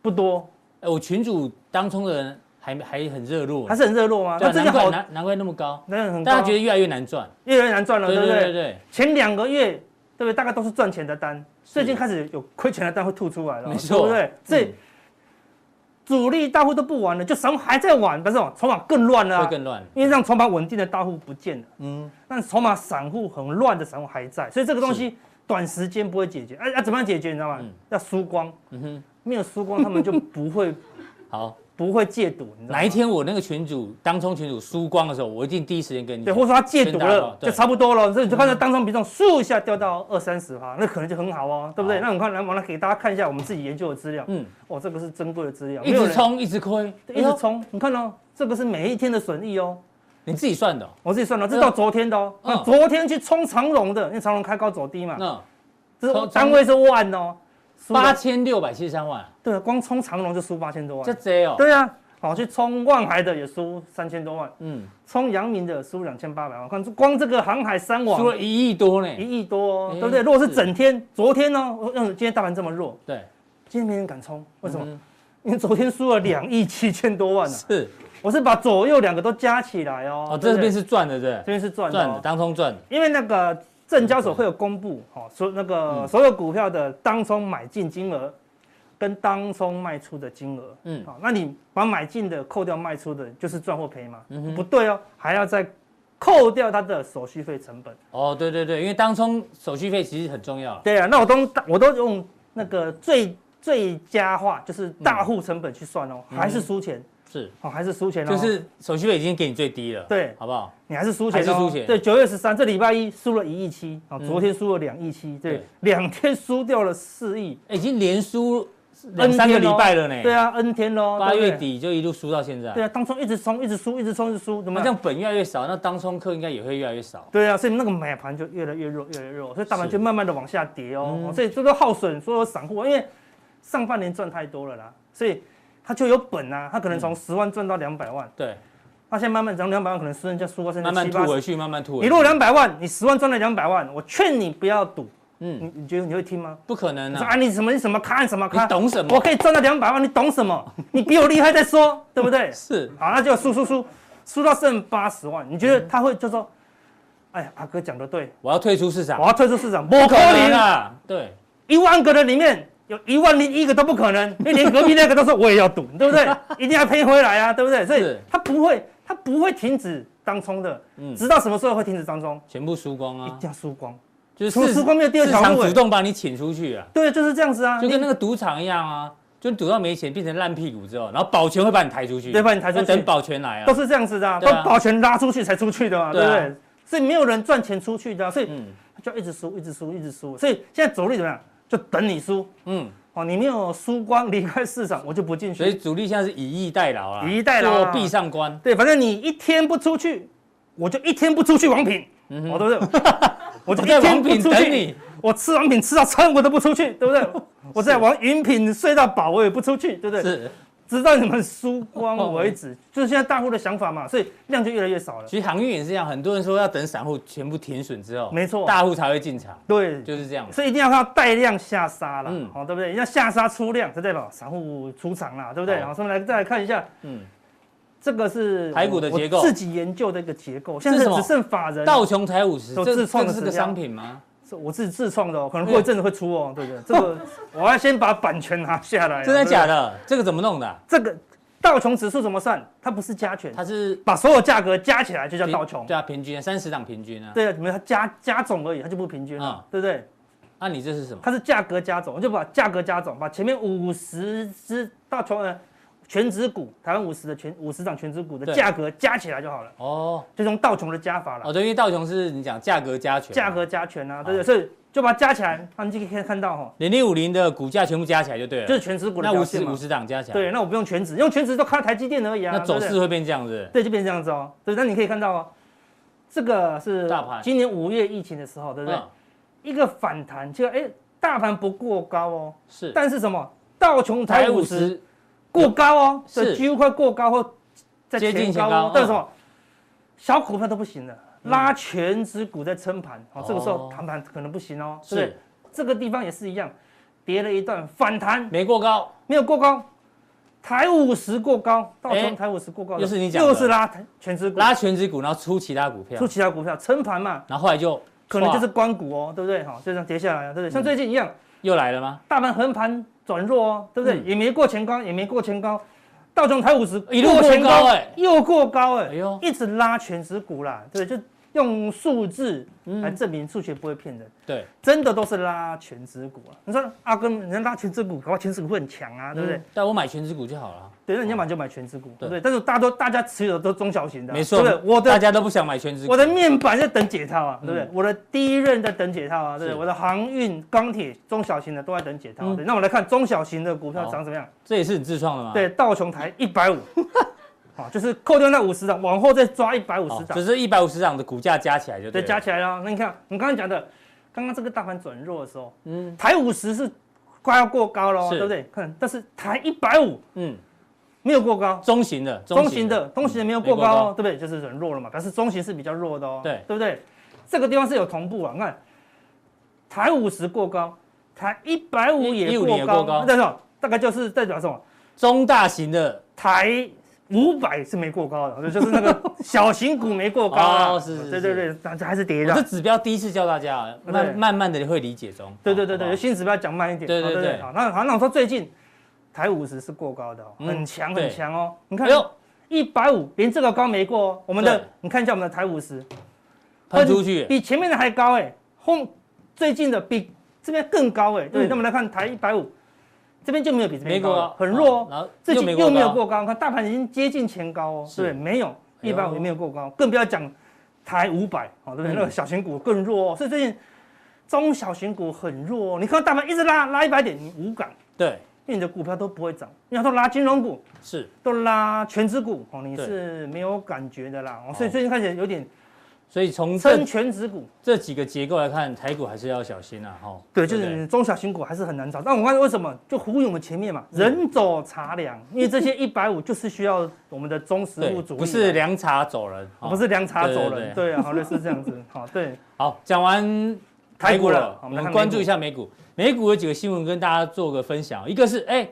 Speaker 2: 不多，
Speaker 1: 哎，我群主当冲的人还还很热络
Speaker 2: 还，是很热络吗？
Speaker 1: 对
Speaker 2: 那
Speaker 1: 啊，
Speaker 2: 这就
Speaker 1: 难
Speaker 2: 好
Speaker 1: 怪，难难怪那么高，
Speaker 2: 那很高
Speaker 1: 大
Speaker 2: 啊
Speaker 1: 家觉得越来越难赚。
Speaker 2: 越来越难赚了，
Speaker 1: 对
Speaker 2: 对不
Speaker 1: 对
Speaker 2: 对
Speaker 1: 对？对，
Speaker 2: 前两个月，对不对？大概都是赚钱的单，最近开始有亏钱的单会吐出来了，
Speaker 1: 嗯没错嗯
Speaker 2: 对不对？所以主力大户都不玩了，就什么还在玩，不是嘛？筹码更乱了、
Speaker 1: 会
Speaker 2: 啊，
Speaker 1: 更乱。
Speaker 2: 因为让筹码稳定的大户不见了，
Speaker 1: 嗯，
Speaker 2: 但筹码散户很乱的散户还在，所以这个东西短时间不会解决。哎、要、怎么样解决？你知道吗？
Speaker 1: 嗯
Speaker 2: 要输光，
Speaker 1: 嗯哼，
Speaker 2: 没有输光，他们就不会
Speaker 1: 好，
Speaker 2: 不会戒赌，你知道吗
Speaker 1: 哪一？天我那个群主当冲群主输光的时候，我一定第一时间跟你
Speaker 2: 对，
Speaker 1: 讲。
Speaker 2: 或者说他戒赌
Speaker 1: 宣达到
Speaker 2: 了，
Speaker 1: 对嗯
Speaker 2: 就差不多了，所以你就看到当中比重咻一下掉到二三十趴，那可能就很好哦，对不对？
Speaker 1: 好
Speaker 2: 那我看来，我来给大家看一下我们自己研究的资料，
Speaker 1: 嗯，
Speaker 2: 哦，这个是珍贵的资料，
Speaker 1: 一
Speaker 2: 没有
Speaker 1: 直
Speaker 2: 人哎
Speaker 1: 冲一直亏，哎
Speaker 2: 对一直冲，你看哦，这个是每一天的损益哦，
Speaker 1: 你自己算的哦。
Speaker 2: 我自己算了，这到昨天的哦，
Speaker 1: 嗯
Speaker 2: 那昨天去冲长荣的，因为长荣开高走低嘛，
Speaker 1: 那
Speaker 2: 这
Speaker 1: 冲
Speaker 2: 是单位是万哦，输了
Speaker 1: 八千六百七十三万，
Speaker 2: 对，光冲长荣就输八千多
Speaker 1: 这
Speaker 2: 万，
Speaker 1: 贼哦。
Speaker 2: 对啊，好、去冲万海的也输三千多万，
Speaker 1: 嗯，
Speaker 2: 冲阳明的输两千八百万，看光这个航海三网
Speaker 1: 输了一亿多呢。
Speaker 2: 一亿多、哦，
Speaker 1: 哎
Speaker 2: 对不对？如果是
Speaker 1: 是
Speaker 2: 整天，昨天呢、哦，嗯，今天大盘这么弱，
Speaker 1: 对，
Speaker 2: 今天没人敢冲，为什么？
Speaker 1: 嗯
Speaker 2: 因为昨天输了两亿七千多万呢、啊，
Speaker 1: 是
Speaker 2: 我是把左右两个都加起来哦。
Speaker 1: 哦，这
Speaker 2: 对不对
Speaker 1: 边是赚的，对
Speaker 2: 这边是赚
Speaker 1: 不对，
Speaker 2: 的,、哦
Speaker 1: 赚的，当冲赚的。
Speaker 2: 因为那个证交所会有公布，哦，所那个
Speaker 1: 嗯
Speaker 2: 所有股票的当冲买进金额跟当冲卖出的金额，
Speaker 1: 嗯
Speaker 2: 好、那你把买进的扣掉卖出的，就是赚或赔嘛？
Speaker 1: 嗯哼
Speaker 2: 不对哦，还要再扣掉它的手续费成本。
Speaker 1: 哦，对对对，因为当冲手续费其实很重要。
Speaker 2: 对啊，那我都我都用那个最最佳化，就是
Speaker 1: 嗯
Speaker 2: 大户成本去算哦，还是输钱
Speaker 1: 是，
Speaker 2: 哦，还是输钱哦，
Speaker 1: 嗯就是手续费已经给你最低了，
Speaker 2: 对
Speaker 1: 好不好？
Speaker 2: 你还是输钱哦，
Speaker 1: 还是输钱
Speaker 2: 对，九月十三这礼拜一输了一亿七，哦，
Speaker 1: 嗯
Speaker 2: 昨天输了两亿七，对
Speaker 1: 对，
Speaker 2: 两天输掉了四亿，
Speaker 1: 哎已经连输两三个
Speaker 2: N 天
Speaker 1: 礼
Speaker 2: 咯
Speaker 1: 拜了呢。
Speaker 2: 对，啊，N 天喽，
Speaker 1: 哎八
Speaker 2: 对不对
Speaker 1: 月，底就一路输到现在。
Speaker 2: 对啊，当中一直冲，一直输，一直冲，一直输，怎么
Speaker 1: 那
Speaker 2: 样
Speaker 1: 这样本越来越少，那当冲客应该也会越来越少。
Speaker 2: 对啊，所以那个买盘就越来越弱，越来越弱，所以大盘
Speaker 1: 是
Speaker 2: 就慢慢的往下跌哦。
Speaker 1: 嗯
Speaker 2: 哦所以这都耗损所有散户，因为上半年赚太多了啦，所以他就有本啊，他可
Speaker 1: 嗯
Speaker 2: 能从十万赚到两百万，
Speaker 1: 对，
Speaker 2: 他现在慢慢涨两百万，可能输人家输到剩
Speaker 1: 慢
Speaker 2: 下
Speaker 1: 慢
Speaker 2: 嗯七
Speaker 1: 吐
Speaker 2: 八
Speaker 1: 回
Speaker 2: 十。
Speaker 1: 去，慢慢吐回
Speaker 2: 你
Speaker 1: 去。
Speaker 2: 如果两百万，你十万赚了两百万，我劝你不要赌，
Speaker 1: 嗯，
Speaker 2: 你你觉得你会听吗？
Speaker 1: 不可能
Speaker 2: 你说啊，
Speaker 1: 啊！
Speaker 2: 你什么你什么看什么
Speaker 1: 你
Speaker 2: 看，
Speaker 1: 懂什
Speaker 2: 我
Speaker 1: 么？
Speaker 2: 可以赚到两百万，你懂什么？你比我厉害 再说，对不对？
Speaker 1: 是，
Speaker 2: 好，那就输输输，输到剩八十万，你觉
Speaker 1: 嗯
Speaker 2: 得他会就说，哎呀，阿哥讲的对，
Speaker 1: 我要退出市场
Speaker 2: 我。要退出市场，不
Speaker 1: 不可
Speaker 2: 可
Speaker 1: 能
Speaker 2: 能，
Speaker 1: 啊！对，
Speaker 2: 一万个人里面有一万零一个都不可能，因为连隔壁那个都说我也要赌，对不 对？一定要赔回来啊，对不对？所以
Speaker 1: 是
Speaker 2: 他不会，他不会停止当冲的，
Speaker 1: 嗯
Speaker 2: 直到什么时候会停止当冲？
Speaker 1: 全部输光
Speaker 2: 一
Speaker 1: 啊！
Speaker 2: 定要输光。
Speaker 1: 就是
Speaker 2: 除了
Speaker 1: 市
Speaker 2: 输光没有第二
Speaker 1: 市
Speaker 2: 条
Speaker 1: 场
Speaker 2: 路欸
Speaker 1: 主动把你请出去啊，
Speaker 2: 对，就是这样子啊，
Speaker 1: 就跟
Speaker 2: 你
Speaker 1: 那个赌场一样啊，就你赌到没钱变成烂屁股之后，然后保全会把你抬出去，
Speaker 2: 对把你抬出去
Speaker 1: 那等保全来
Speaker 2: 都
Speaker 1: 啊。
Speaker 2: 是这样子的、啊，
Speaker 1: 对啊
Speaker 2: 都保全拉出去才出去的嘛，对
Speaker 1: 对
Speaker 2: 不
Speaker 1: 啊
Speaker 2: 对？所以没有人赚钱出去的啊、所以
Speaker 1: 嗯
Speaker 2: 就一直输，一直输，一直输。所以现在主力怎么样？就等你输
Speaker 1: 嗯，
Speaker 2: 哦，你没有输光离开市场，我就不进
Speaker 1: 所以
Speaker 2: 去。
Speaker 1: 主力现在是以逸待劳啊，
Speaker 2: 以逸待劳啊
Speaker 1: 做壁上观。
Speaker 2: 对，反正你一天不出去，我就一天不出去王品，
Speaker 1: 嗯
Speaker 2: 哦，
Speaker 1: 哼，
Speaker 2: 对 不对？我就
Speaker 1: 我
Speaker 2: 一
Speaker 1: 在
Speaker 2: 天
Speaker 1: 王
Speaker 2: 不
Speaker 1: 品
Speaker 2: 出
Speaker 1: 等
Speaker 2: 去，
Speaker 1: 你，
Speaker 2: 我吃王品吃到撑我都不出去，对不对？ 我在王云品睡到饱我也不出去，对不对？
Speaker 1: 是。哦
Speaker 2: 直到你们输光为止，就是现在大户的想法嘛，所以量就越来越少了。
Speaker 1: 其实航运也是这样，很多人说要等散户全部停损之后，
Speaker 2: 没错
Speaker 1: 大户才会进场，
Speaker 2: 对，
Speaker 1: 就是这样子。
Speaker 2: 所以一定要靠带量下杀啦，
Speaker 1: 嗯
Speaker 2: 好、对不对？要下杀出量，这代表散户出场啦，对不对？
Speaker 1: 好
Speaker 2: 好，所以我们来再来看一下，
Speaker 1: 哦嗯，
Speaker 2: 这个是
Speaker 1: 台股的
Speaker 2: 我
Speaker 1: 结构
Speaker 2: 我自己研究的一个结构，现
Speaker 1: 是
Speaker 2: 在
Speaker 1: 什么
Speaker 2: 只剩法人，
Speaker 1: 道琼才五十，
Speaker 2: 有
Speaker 1: 这
Speaker 2: 自创
Speaker 1: 这
Speaker 2: 的
Speaker 1: 是个
Speaker 2: 指标
Speaker 1: 商品吗？
Speaker 2: 是我自己自创的哦，可能过一阵子会出哦，对不对？这 个我要先把版权拿下来，啊
Speaker 1: 真的假
Speaker 2: 的？
Speaker 1: 的？这个怎么弄的啊？
Speaker 2: 这个道琼指数怎么算？它不是加权，
Speaker 1: 它是
Speaker 2: 把所有价格加起来就叫道琼，
Speaker 1: 对啊，平均三十档平均啊。
Speaker 2: 对啊，你们它加加总而已，它就不平均了
Speaker 1: 嗯，
Speaker 2: 对不对？
Speaker 1: 那你这是什么？
Speaker 2: 它是价格加总，我就把价格加总，把前面五十只大全呃全指股，台湾五十的全五十涨全指股的
Speaker 1: 对
Speaker 2: 价格加起来就好了，
Speaker 1: 哦
Speaker 2: 就用道琼的加法了，
Speaker 1: 哦，对，因为道琼是你讲价格加权嘛，
Speaker 2: 价格加权啊，对不对？所以就把它加起来，那你就可以看到哈，
Speaker 1: 零零五零的股价全部加起来就对了，
Speaker 2: 就是全指股的
Speaker 1: 那
Speaker 2: 表
Speaker 1: 五
Speaker 2: 现
Speaker 1: 十
Speaker 2: 嘛
Speaker 1: 五。十档加起来，
Speaker 2: 对，那我不用全指，用全指都看台积电而已啊。
Speaker 1: 啊那走
Speaker 2: 对不
Speaker 1: 势
Speaker 2: 对
Speaker 1: 会变这样子。
Speaker 2: 对就变成这样子哦。对，那你可以看到哦，这个是
Speaker 1: 大盘
Speaker 2: 今年五月疫情的时候，对不对？
Speaker 1: 嗯
Speaker 2: 一个反弹，就哎，大盘不过高哦，
Speaker 1: 是
Speaker 2: 但是什么？道琼
Speaker 1: 台
Speaker 2: 台
Speaker 1: 五
Speaker 2: 五十
Speaker 1: 十
Speaker 2: 过高哦，
Speaker 1: 是
Speaker 2: 对，几乎快过高或在
Speaker 1: 接近
Speaker 2: 前
Speaker 1: 前
Speaker 2: 高
Speaker 1: 高
Speaker 2: 哦
Speaker 1: 嗯。
Speaker 2: 但是什么？小股票都不行了，拉全指股在撑盘，哦，这个时
Speaker 1: 哦
Speaker 2: 候谈盘可能不行哦，对不对
Speaker 1: 是？
Speaker 2: 这个地方也是一样，跌了一段反弹，
Speaker 1: 没过高，
Speaker 2: 没有过高，台五十过高，道
Speaker 1: 哎
Speaker 2: 琼台五十过高的，
Speaker 1: 又是你讲的
Speaker 2: 又是拉全指股，
Speaker 1: 拉全指股，然后出其他股票
Speaker 2: 出，其他股票撑盘嘛，
Speaker 1: 然后后来就
Speaker 2: 可能就是
Speaker 1: 哇嗯
Speaker 2: 关股哦，对不对？哈，就这样跌下来啊，对不对？像最近一样，
Speaker 1: 又来了吗？
Speaker 2: 大盘横盘转弱哦，对不对？
Speaker 1: 嗯
Speaker 2: 也没过前高，也没过前高，道琼台五十
Speaker 1: 一路过
Speaker 2: 前
Speaker 1: 高哎
Speaker 2: 又过高哎、
Speaker 1: 哎呦
Speaker 2: 一直拉全指股啦，对，就用数字
Speaker 1: 嗯
Speaker 2: 来证明数学不会骗人，
Speaker 1: 对，
Speaker 2: 真的都是拉全指股啊。你说阿哥，人家拉全指股，搞不好全指股会很强啊，对不对？
Speaker 1: 嗯？但我买全指股就好了，
Speaker 2: 对，那你要买就买全指股，
Speaker 1: 哦对
Speaker 2: 对不对？但是大家都大家持有的都中小型的啊、
Speaker 1: 没错
Speaker 2: 对不对？我的
Speaker 1: 大家都不想买全指股，
Speaker 2: 我的面板在等解套啊，对不对？
Speaker 1: 嗯
Speaker 2: 我的第一任在等解套啊，对
Speaker 1: 是
Speaker 2: 不对？我的航运、钢铁、中小型的都在等解套、啊。
Speaker 1: 嗯
Speaker 2: 对，那我们来看中小型的股票
Speaker 1: 好
Speaker 2: 涨怎么样？
Speaker 1: 这也是你自创的吗？哦
Speaker 2: 对，道琼台一百五，好，就是扣掉那五十档，往后再抓一百五
Speaker 1: 哦，
Speaker 2: 十档
Speaker 1: 只，是一百五十档的股价加起来就
Speaker 2: 对，
Speaker 1: 对，
Speaker 2: 加，起来啦。那你看，我们刚刚讲的，刚刚这个大盘转弱的时候，
Speaker 1: 嗯
Speaker 2: 台五十是快要过高了，哦
Speaker 1: 是
Speaker 2: 对不对？看，但是台一百五
Speaker 1: 嗯，
Speaker 2: 没有过高，
Speaker 1: 中型的，嗯
Speaker 2: 中型的，中型的没有
Speaker 1: 没
Speaker 2: 过
Speaker 1: 过
Speaker 2: 高
Speaker 1: 高
Speaker 2: 哦，对不对？就是很弱了嘛，表示中型是比较弱的哦，
Speaker 1: 对
Speaker 2: 对不对？这个地方是有同步啊，你看，台五十过高，台一百五
Speaker 1: 150
Speaker 2: 也
Speaker 1: 也
Speaker 2: 过
Speaker 1: 过
Speaker 2: 高，
Speaker 1: 高
Speaker 2: 那代表大概就是代表什么？
Speaker 1: 中大型的，
Speaker 2: 台五百是没过高的，就是 那个小型股没过高啊，
Speaker 1: 哦是是
Speaker 2: 对
Speaker 1: 是
Speaker 2: 对对，但是还是跌
Speaker 1: 我
Speaker 2: 的
Speaker 1: 这，指标第一次教大家啊，
Speaker 2: 对
Speaker 1: 慢慢慢的会理解中。
Speaker 2: 对对对对，
Speaker 1: 哦好不好
Speaker 2: 新指标讲慢一点，
Speaker 1: 对对
Speaker 2: 好
Speaker 1: 对
Speaker 2: 好，那好，那我说最近台五十是过高的哦，
Speaker 1: 嗯
Speaker 2: 很强
Speaker 1: 对
Speaker 2: 很强哦，你看
Speaker 1: 哎呦，
Speaker 2: 一百五连这个高没过哦，我们
Speaker 1: 对
Speaker 2: 的你看一下我们的台五十。
Speaker 1: 喷出去，
Speaker 2: 比前面的还高哎、后最近的比这边更高哎、对，
Speaker 1: 嗯
Speaker 2: 那我们来看台一百五，这边就没有比这
Speaker 1: 没
Speaker 2: 边
Speaker 1: 过
Speaker 2: 高
Speaker 1: 高
Speaker 2: 了，，很弱
Speaker 1: 好
Speaker 2: 哦，
Speaker 1: 然后
Speaker 2: 最
Speaker 1: 又
Speaker 2: 近
Speaker 1: 没
Speaker 2: 又没有
Speaker 1: 过
Speaker 2: 过高，看大盘已经接近前高哦，
Speaker 1: 是
Speaker 2: 对，没有
Speaker 1: 哎
Speaker 2: 一
Speaker 1: 呦
Speaker 2: 百五也没有过高，更不要讲台五百哦，对不对？
Speaker 1: 嗯
Speaker 2: 那个小型股更弱哦，所以最近中小型股很弱哦，你看到大盘一直拉拉一百点，你无感，
Speaker 1: 高，对，
Speaker 2: 因为你的股票都不会涨，你要都拉金融股，
Speaker 1: 是，
Speaker 2: 都拉全指股哦，你
Speaker 1: 对
Speaker 2: 是没有感觉的啦，哦所以
Speaker 1: 哦
Speaker 2: 最近看起来有点
Speaker 1: 所以从
Speaker 2: 撑
Speaker 1: 这
Speaker 2: 全指股。
Speaker 1: 这几个结构来看，台股还是要小心啊，哈。
Speaker 2: 对，就
Speaker 1: 不
Speaker 2: 是中小型股还是很难找。但我看为什么就呼应我们前面嘛，
Speaker 1: 嗯
Speaker 2: 人走茶凉，因为这些一百五就是需要我们的忠实户
Speaker 1: 对，
Speaker 2: 主义啊，
Speaker 1: 不是凉茶走人，哦
Speaker 2: 哦不是凉茶走
Speaker 1: 对对
Speaker 2: 人，对啊，好类似这 样子，好对，
Speaker 1: 好，讲完台
Speaker 2: 台
Speaker 1: 股
Speaker 2: 股
Speaker 1: 了
Speaker 2: 了，
Speaker 1: 我
Speaker 2: 我
Speaker 1: 们
Speaker 2: 们来看美股
Speaker 1: 关注一下美股。美股有几个新闻跟大家做个分享，一个是哎，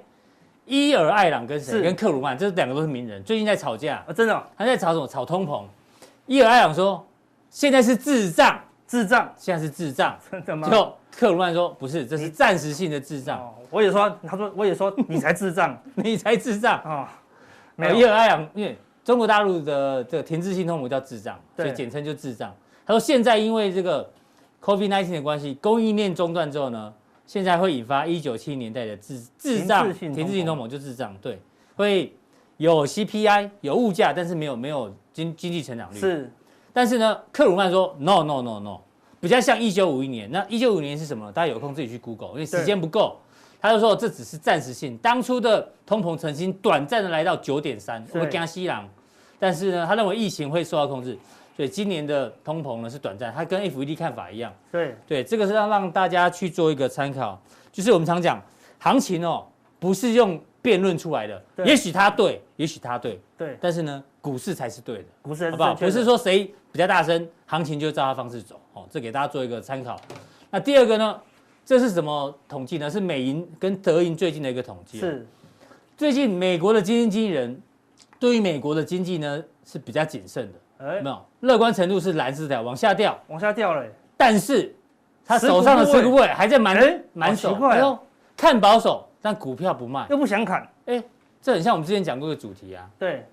Speaker 1: 伊尔艾朗跟谁？
Speaker 2: 是
Speaker 1: 跟克鲁曼，这两个都是名人，最近在吵架，
Speaker 2: 啊，真的哦
Speaker 1: 他在吵什么？吵通膨。伊尔艾朗说，现在是滞胀，
Speaker 2: 智障，
Speaker 1: 现在是滞胀。
Speaker 2: 真的吗？
Speaker 1: 就克鲁曼说，不是，这是暂时性的滞胀，
Speaker 2: 哦，我也说，他说我也说你才智障
Speaker 1: 你才哦滞胀。
Speaker 2: 啊，没
Speaker 1: 没有，伊
Speaker 2: 有，
Speaker 1: 尔艾朗，因为中国大陆的这个停滞性通膨叫滞胀，所
Speaker 2: 对
Speaker 1: 以简称就滞胀。他说现在因为这个 COVID-19 的关系，供应链中断之后呢，现在会引发一九七年代的滞滞胀
Speaker 2: 停滞性通膨
Speaker 1: 停滞性通膨就滞胀，对，会有 CPI 有物价，但是没有没有经经济成长率。
Speaker 2: 是
Speaker 1: 但是呢，克鲁曼说 no no no no，比较像一九五一年。那一九五年是什么呢？大家有空自己去 Google，因为时间不够。他就说这只是暂时性，当初的通膨曾经短暂的来到九点三，
Speaker 2: 是
Speaker 1: 我们加西朗，但是呢，他认为疫情会受到控制，所以今年的通膨呢是短暂，他跟 FED 看法一样。
Speaker 2: 对，
Speaker 1: 对，这个是要让大家去做一个参考，就是我们常讲行情哦，不是用辩论出来的，
Speaker 2: 对
Speaker 1: 也许他对，也许他对，
Speaker 2: 对，
Speaker 1: 但是呢，股市才是对的。
Speaker 2: 股市还
Speaker 1: 好
Speaker 2: 是
Speaker 1: 不好？
Speaker 2: 正确
Speaker 1: 不
Speaker 2: 的
Speaker 1: 是说谁比较大声，行情就照它方式走。哦，这给大家做一个参考。那第二个呢？这是什么统计呢？是美银跟德银最近的一个统计、啊。
Speaker 2: 是
Speaker 1: 最近美国的基金经纪人对于美国的经济呢是比较谨慎的，有
Speaker 2: 哎
Speaker 1: 没，有？乐观程度是蓝色的往下掉，
Speaker 2: 往下掉了哎，
Speaker 1: 但是他手上的持股位还在
Speaker 2: 哎
Speaker 1: 满满
Speaker 2: 好
Speaker 1: 手，
Speaker 2: 奇怪啊
Speaker 1: 哎呦看保守，但股票不卖。哎
Speaker 2: 又不想砍，
Speaker 1: 这很像我们之前讲过的主题啊，
Speaker 2: 对，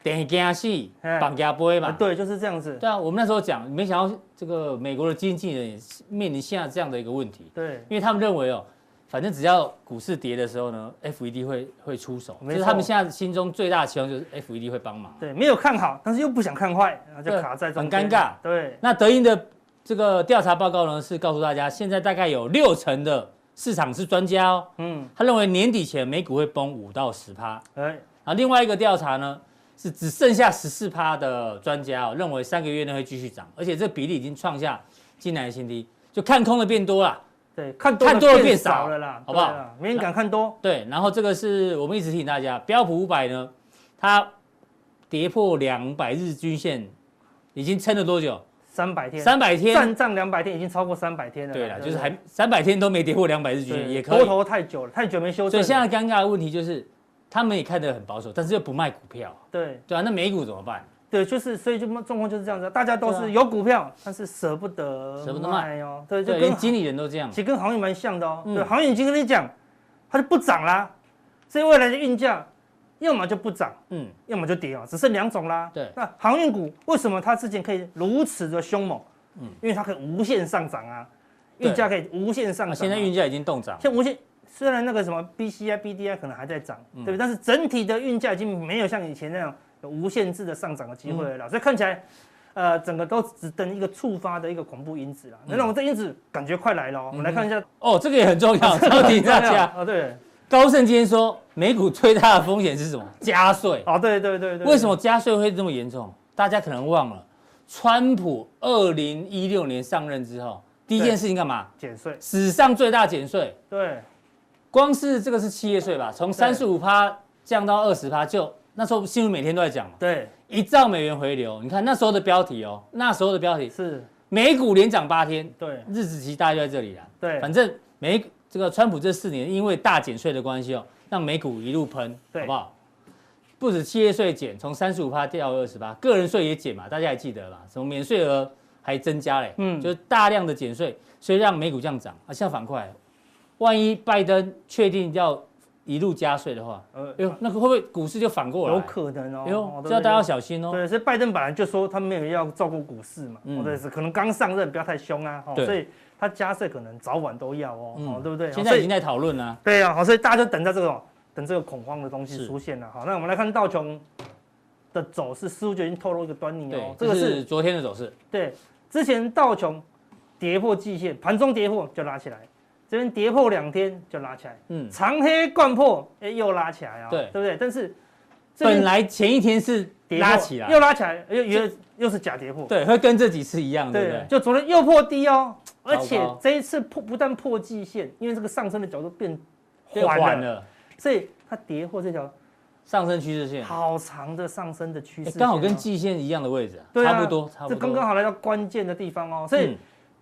Speaker 1: 点惊戏，
Speaker 2: 哎
Speaker 1: 绑架不会嘛
Speaker 2: 啊？对，就是这样子，
Speaker 1: 对啊，我们那时候讲，没想到这个美国的经纪人也是面临现在这样的一个问题，
Speaker 2: 对，
Speaker 1: 因为他们认为哦，反正只要股市跌的时候呢，FED 会会出手，这
Speaker 2: 没
Speaker 1: 是
Speaker 2: 错
Speaker 1: 他们现在心中最大的期望，就是 FED 会帮忙。
Speaker 2: 对，没有看好，但是又不想看坏，然后就
Speaker 1: 对
Speaker 2: 卡在
Speaker 1: 很
Speaker 2: 中
Speaker 1: 尴
Speaker 2: 间，
Speaker 1: 尬
Speaker 2: 对，
Speaker 1: 那德银的这个调查报告呢，是告诉大家，现在大概有六成的市场是专家哦，
Speaker 2: 嗯，
Speaker 1: 他认为年底前美股会崩五到十趴。
Speaker 2: 哎，
Speaker 1: 啊，另外一个调查呢，是只剩下十四趴的专家哦，认为三个月内会继续涨，而且这比例已经创下今年的新低，就看空的变多了。
Speaker 2: 对，看多
Speaker 1: 看多了
Speaker 2: 变
Speaker 1: 变少
Speaker 2: 少了啦，
Speaker 1: 好不好
Speaker 2: 对啦？没人敢看多，
Speaker 1: 对，然后这个是我们一直提醒大家，标普五百呢，它跌破两百日均线，已经撑了多久？
Speaker 2: 三百天，
Speaker 1: 三百天。
Speaker 2: 站涨两百天已经超过三百天了啦。
Speaker 1: 对了，
Speaker 2: 不
Speaker 1: 就是还三百天都没跌破两百日均
Speaker 2: 对
Speaker 1: 线，也可
Speaker 2: 多
Speaker 1: 以。
Speaker 2: 头太久了，太久没修
Speaker 1: 所
Speaker 2: 正
Speaker 1: 以
Speaker 2: 了。
Speaker 1: 现在尴尬的问题就是，他们也看得很保守，但是又不卖股票，
Speaker 2: 对
Speaker 1: 对啊，那美股怎么办？
Speaker 2: 对，就是所以就状况就是这样子，大家都
Speaker 1: 对啊
Speaker 2: 是有股票，但是舍不得
Speaker 1: 舍不得
Speaker 2: 哦。对，就
Speaker 1: 对，
Speaker 2: 跟
Speaker 1: 连
Speaker 2: 航
Speaker 1: 经理人都这样
Speaker 2: 其。实跟航运蛮像的哦。
Speaker 1: 嗯
Speaker 2: 对，航运已经跟你讲，它就不涨啦，所以未来的运价要么就不涨，
Speaker 1: 嗯，
Speaker 2: 要么就跌哦，只剩两种啦。
Speaker 1: 对
Speaker 2: 那航运股为什么它之前可以如此的凶猛？嗯，因为它可以无限上涨啊，
Speaker 1: 对
Speaker 2: 运价可以无限上涨
Speaker 1: 那
Speaker 2: 啊、
Speaker 1: 现在运价已嗯经动涨。
Speaker 2: 像无线，虽然那个什么 BCI、BDI 可能还在涨，对不对？但是整体的运价已经没有像以前那样有无限制的上涨的机会了
Speaker 1: 嗯
Speaker 2: 啦，所以看起来，呃，整个都只等一个触发的一个恐怖因子了。
Speaker 1: 嗯
Speaker 2: 那、我们这因子感觉快来了、哦，我们来看一下。
Speaker 1: 哦， 这个也很重要，超级大家。
Speaker 2: 啊，对，
Speaker 1: 高盛今天说，美股最大的风险是什么？加税。
Speaker 2: 哦，对对对对，
Speaker 1: 为什么加税会这么严重？大家可能忘了，川普二零一六年上任之后，第一件事情干嘛？
Speaker 2: 减税？
Speaker 1: 史上最大减税，
Speaker 2: 对
Speaker 1: 光是这个是企业税吧，从三十五趴降到二十趴，就那时候新闻每天都在讲嘛，
Speaker 2: 对，
Speaker 1: 一兆美元回流。你看那时候的标题哦，那时候的标题，
Speaker 2: 是，
Speaker 1: 美股连涨八天，
Speaker 2: 对，
Speaker 1: 日子其实大概就在这里啦。
Speaker 2: 对
Speaker 1: 反正美这个川普这四年因为大减税的关系哦，让美股一路喷，
Speaker 2: 对
Speaker 1: 好不好？不止企业税减，从三十五趴掉二十八，个人税也减嘛，大家还记得吧？什么免税额还增加嘞，
Speaker 2: 嗯
Speaker 1: 就是大量的减税，所以让美股这样涨。啊，现在反过来，万一拜登确定要一路加税的话，
Speaker 2: 呃
Speaker 1: 哎呦，那个会不会股市就反过来？
Speaker 2: 有可能哦，
Speaker 1: 哎呦
Speaker 2: 哦，
Speaker 1: 这要大家要。
Speaker 2: 对不对
Speaker 1: 小心哦。
Speaker 2: 对，所以拜登本来就说他没有要照顾股市嘛，
Speaker 1: 嗯
Speaker 2: 哦对，是可能刚上任不要太凶啊，哦
Speaker 1: 对嗯
Speaker 2: 所以他加税可能早晚都要哦，哦对不对？
Speaker 1: 现
Speaker 2: 哦
Speaker 1: 在
Speaker 2: 所
Speaker 1: 已
Speaker 2: 以
Speaker 1: 经在讨论了，
Speaker 2: 对啊，好，所以大家就等在这种等这个恐慌的东
Speaker 1: 是
Speaker 2: 西出现了。好，哦那我们来看道琼的走势，似乎就已经透露一个端倪
Speaker 1: 对
Speaker 2: 哦，，这
Speaker 1: 这
Speaker 2: 个
Speaker 1: 是
Speaker 2: 是
Speaker 1: 昨天的走势，
Speaker 2: 对之前道琼跌破季线，盘中跌破就拉起来，这边跌破两天就拉起来，
Speaker 1: 嗯。
Speaker 2: 长黑贯破哎又拉起来啊，
Speaker 1: 对
Speaker 2: 对不对？但是这边
Speaker 1: 本来前一天是
Speaker 2: 跌破
Speaker 1: 拉起来，
Speaker 2: 又拉起来，又又又是假跌破，
Speaker 1: 对，会跟这几次一样，对不对？
Speaker 2: 就昨天又破低哦，
Speaker 1: 糟
Speaker 2: 而
Speaker 1: 糕
Speaker 2: 且这一次破不但破季线，因为这个上升的角度变
Speaker 1: 对
Speaker 2: 缓
Speaker 1: 缓
Speaker 2: 了，
Speaker 1: 了，
Speaker 2: 所以它跌破这条
Speaker 1: 上升趋势线，
Speaker 2: 好长的上升的趋势
Speaker 1: 诶
Speaker 2: 线哦，
Speaker 1: 刚好跟季线一样的位置啊，
Speaker 2: 对啊
Speaker 1: 差不多，差不
Speaker 2: 这
Speaker 1: 多，
Speaker 2: 刚刚好来到关键的地方哦，所以
Speaker 1: 嗯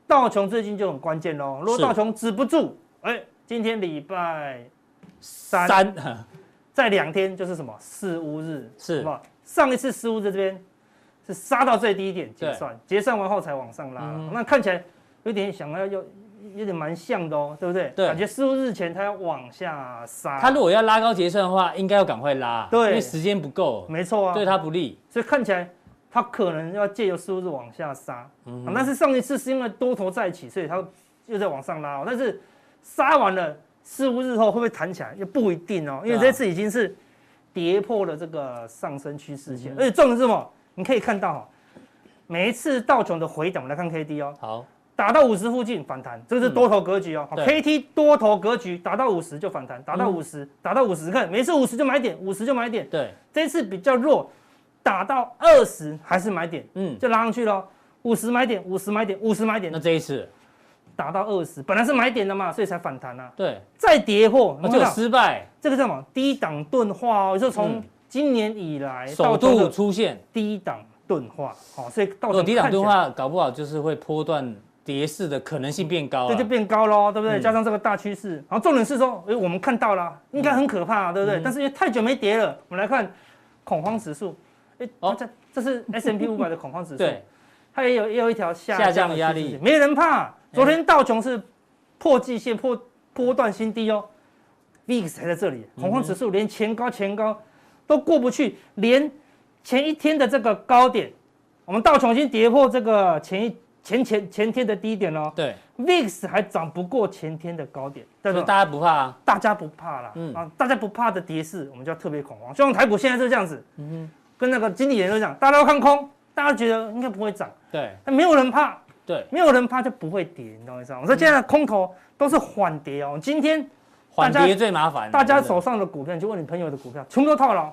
Speaker 2: 道琼最近就很关键喽。如果
Speaker 1: 是
Speaker 2: 道琼止不住，哎，今天礼拜三，
Speaker 1: 三
Speaker 2: 再两天就是什么四五日，
Speaker 1: 是
Speaker 2: 好不好？上一次失误在这边是杀到最低点结算，结算完后才往上拉，
Speaker 1: 嗯
Speaker 2: 那看起来有点想要有有点蛮像的哦，对不对？
Speaker 1: 对
Speaker 2: 感觉失误日前它要往下杀，
Speaker 1: 它如果要拉高结算的话，应该要赶快拉，
Speaker 2: 对
Speaker 1: 因为时间不够，
Speaker 2: 没错啊，
Speaker 1: 对它不利，
Speaker 2: 所以看起来它可能要借由失误日往下杀、
Speaker 1: 嗯
Speaker 2: 啊但是上一次是因为多头再起，所以它又在往上拉、哦，但是杀完了失误日后会不会弹起来也不一定哦，因
Speaker 1: 对
Speaker 2: 为
Speaker 1: 啊
Speaker 2: 这次已经是跌破了这个上升趋势线，
Speaker 1: 嗯哼
Speaker 2: 而且重点是什么？你可以看到哈、哦每一次道琼的回档，我们来看 K D 哦，
Speaker 1: 好，
Speaker 2: 打到五十附近反弹，这个是多头格局哦。
Speaker 1: 对
Speaker 2: K T 多头格局打到五十就反弹，打到
Speaker 1: 嗯
Speaker 2: 五十、打到五十，看每次五十就买点，五十就买点，
Speaker 1: 对，
Speaker 2: 这次比较弱，打到二十还是买点，
Speaker 1: 嗯，
Speaker 2: 就拉上去咯。五十买点，五十买点，五十买点
Speaker 1: 那，这一次，
Speaker 2: 打到二十，本来是买点的嘛，所以才反弹啊。
Speaker 1: 对，
Speaker 2: 再跌破，
Speaker 1: 啊
Speaker 2: 你
Speaker 1: 这
Speaker 2: 知
Speaker 1: 个
Speaker 2: 道
Speaker 1: 失败
Speaker 2: 这个叫什么？低档钝化哦，就从
Speaker 1: 嗯
Speaker 2: 今年以来
Speaker 1: 首
Speaker 2: 哎到这
Speaker 1: 度
Speaker 2: 个
Speaker 1: 出现，
Speaker 2: 低档钝化，好，所以到
Speaker 1: 如果
Speaker 2: 时候
Speaker 1: 低档
Speaker 2: 看起来
Speaker 1: 钝，化，搞不好就是会波段跌势的可能性变高
Speaker 2: 对，就
Speaker 1: 了，
Speaker 2: 变高喽，对不对？
Speaker 1: 嗯
Speaker 2: 加上这个大趋势，然后重点是说，哎，我们看到了，应该很可怕啊，对不对
Speaker 1: 嗯？
Speaker 2: 但是因为太久没跌了，我们来看恐慌指数，哎，
Speaker 1: 哦
Speaker 2: 这这是 S M P 五百的恐慌指数，
Speaker 1: 对，
Speaker 2: 它也有也有一条下
Speaker 1: 下降
Speaker 2: 降的
Speaker 1: 压
Speaker 2: 趋势
Speaker 1: 力哎
Speaker 2: 没人怕。昨天道琼是破季线、破波段新低哦，VIX 还在这里，
Speaker 1: 嗯
Speaker 2: 恐慌指数连前高前高都过不去，连前一天的这个高点，我们道琼已经跌破这个前一前前前天的低点了、哦、
Speaker 1: 对，
Speaker 2: ，VIX 还涨不过前天的高点，
Speaker 1: 所
Speaker 2: 但
Speaker 1: 以
Speaker 2: 是
Speaker 1: 大家不怕啊，
Speaker 2: 大家不怕啦，
Speaker 1: 嗯
Speaker 2: 啊，大家不怕的跌势，我们就要特别恐慌。就像台股现在就是这样子，
Speaker 1: 嗯
Speaker 2: 跟那个经理人都讲，大家都看空，大家觉得应该不会涨，
Speaker 1: 哼，对
Speaker 2: 但没有人怕。
Speaker 1: 对，
Speaker 2: 没有人怕就不会跌，你懂我意思吗？我说现在的空头都是缓跌哦。今天
Speaker 1: 缓
Speaker 2: 大家
Speaker 1: 跌最麻烦了，啊
Speaker 2: 大家
Speaker 1: 真的
Speaker 2: 手上的股票，你就问你朋友的股票，全部都套牢，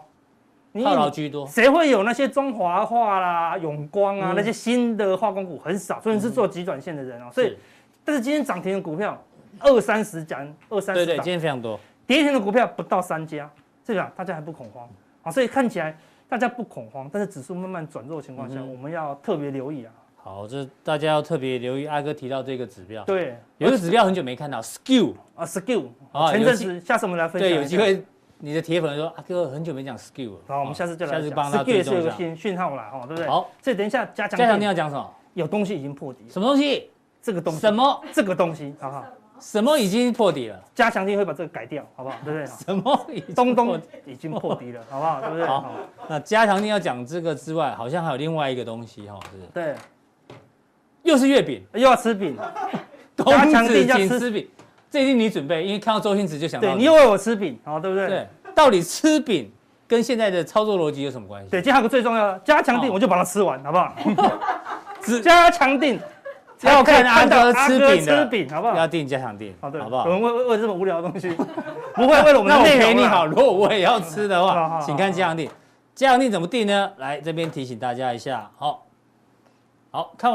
Speaker 2: 你
Speaker 1: 套牢居多，
Speaker 2: 谁会有那些中华化啦、永光啊、
Speaker 1: 嗯
Speaker 2: 那些新的化工股很少，所以你是做急转线的人哦。所以
Speaker 1: 是，
Speaker 2: 但是今天涨停的股票二三十讲二三
Speaker 1: 对
Speaker 2: 十
Speaker 1: 对，
Speaker 2: 档
Speaker 1: 今，天非常多，
Speaker 2: 跌停的股票不到三家，这个啊大家还不恐慌啊。所以看起来大家不恐慌，但是指数慢慢转弱的情况下，
Speaker 1: 嗯哼
Speaker 2: 我们要特别留意啊。
Speaker 1: 好，这大家要特别留意阿哥提到这个指标，
Speaker 2: 对
Speaker 1: 有一个指标很久没看到，skew，
Speaker 2: 啊，skill，
Speaker 1: 啊
Speaker 2: 前
Speaker 1: 有
Speaker 2: 阵
Speaker 1: 机
Speaker 2: 子下次我们来分享一
Speaker 1: 对，
Speaker 2: 下。
Speaker 1: 有机会你的铁粉说阿哥很久没讲 skew 了，
Speaker 2: 好，我们下次就来
Speaker 1: 下
Speaker 2: 讲。
Speaker 1: 次帮他
Speaker 2: Skill
Speaker 1: 追
Speaker 2: 也是有
Speaker 1: 踪一
Speaker 2: 个
Speaker 1: 下。
Speaker 2: 讯讯号啦，哦，对不对？
Speaker 1: 好，
Speaker 2: 所以等一下加强
Speaker 1: 加强
Speaker 2: 定
Speaker 1: 定要讲什么？
Speaker 2: 有东西已经破底了，
Speaker 1: 什么东西？
Speaker 2: 这个东西
Speaker 1: 什，么
Speaker 2: 这个东西，好不好？
Speaker 1: 什么已经破底了？
Speaker 2: 加强定会把这个改掉，好不好？对不对？
Speaker 1: 什么已经
Speaker 2: 东
Speaker 1: 破
Speaker 2: 东
Speaker 1: 底
Speaker 2: 已经破底了，好 不好？对不哦对？
Speaker 1: 好，那加强定要讲这个之外，好像还有另外一个东西哈，是
Speaker 2: 对，
Speaker 1: 又是月饼，
Speaker 2: 又要吃 饼，
Speaker 1: 冬
Speaker 2: 加强
Speaker 1: 至
Speaker 2: 定要
Speaker 1: 请
Speaker 2: 吃
Speaker 1: 吃饼，这一定你准备，因为看到周星驰就想到
Speaker 2: 对你又喂我吃饼，好，对不对？
Speaker 1: 对，到底吃饼跟现在的操作逻辑有什么关系？
Speaker 2: 对，今天还有个最重要的加强定，
Speaker 1: 好
Speaker 2: 我就把它吃完，好不 好？
Speaker 1: 只
Speaker 2: 加强定，
Speaker 1: 只要看阿哥
Speaker 2: 才
Speaker 1: 吃
Speaker 2: 可以
Speaker 1: 饼
Speaker 2: 看到阿哥
Speaker 1: 的
Speaker 2: 吃，饼，好不好
Speaker 1: 要？定加强定，
Speaker 2: 好，啊哦对，
Speaker 1: 好不好
Speaker 2: 我？们为为为这么无聊的东西，不会为了我们
Speaker 1: 那
Speaker 2: 的
Speaker 1: 我
Speaker 2: 内
Speaker 1: 陪
Speaker 2: 容
Speaker 1: 你
Speaker 2: 啦
Speaker 1: 好，，如果我也要吃的
Speaker 2: 好好
Speaker 1: 话，
Speaker 2: 好
Speaker 1: 请看加强定。加强定怎么定呢？来这边提醒大家一下，好，好看我。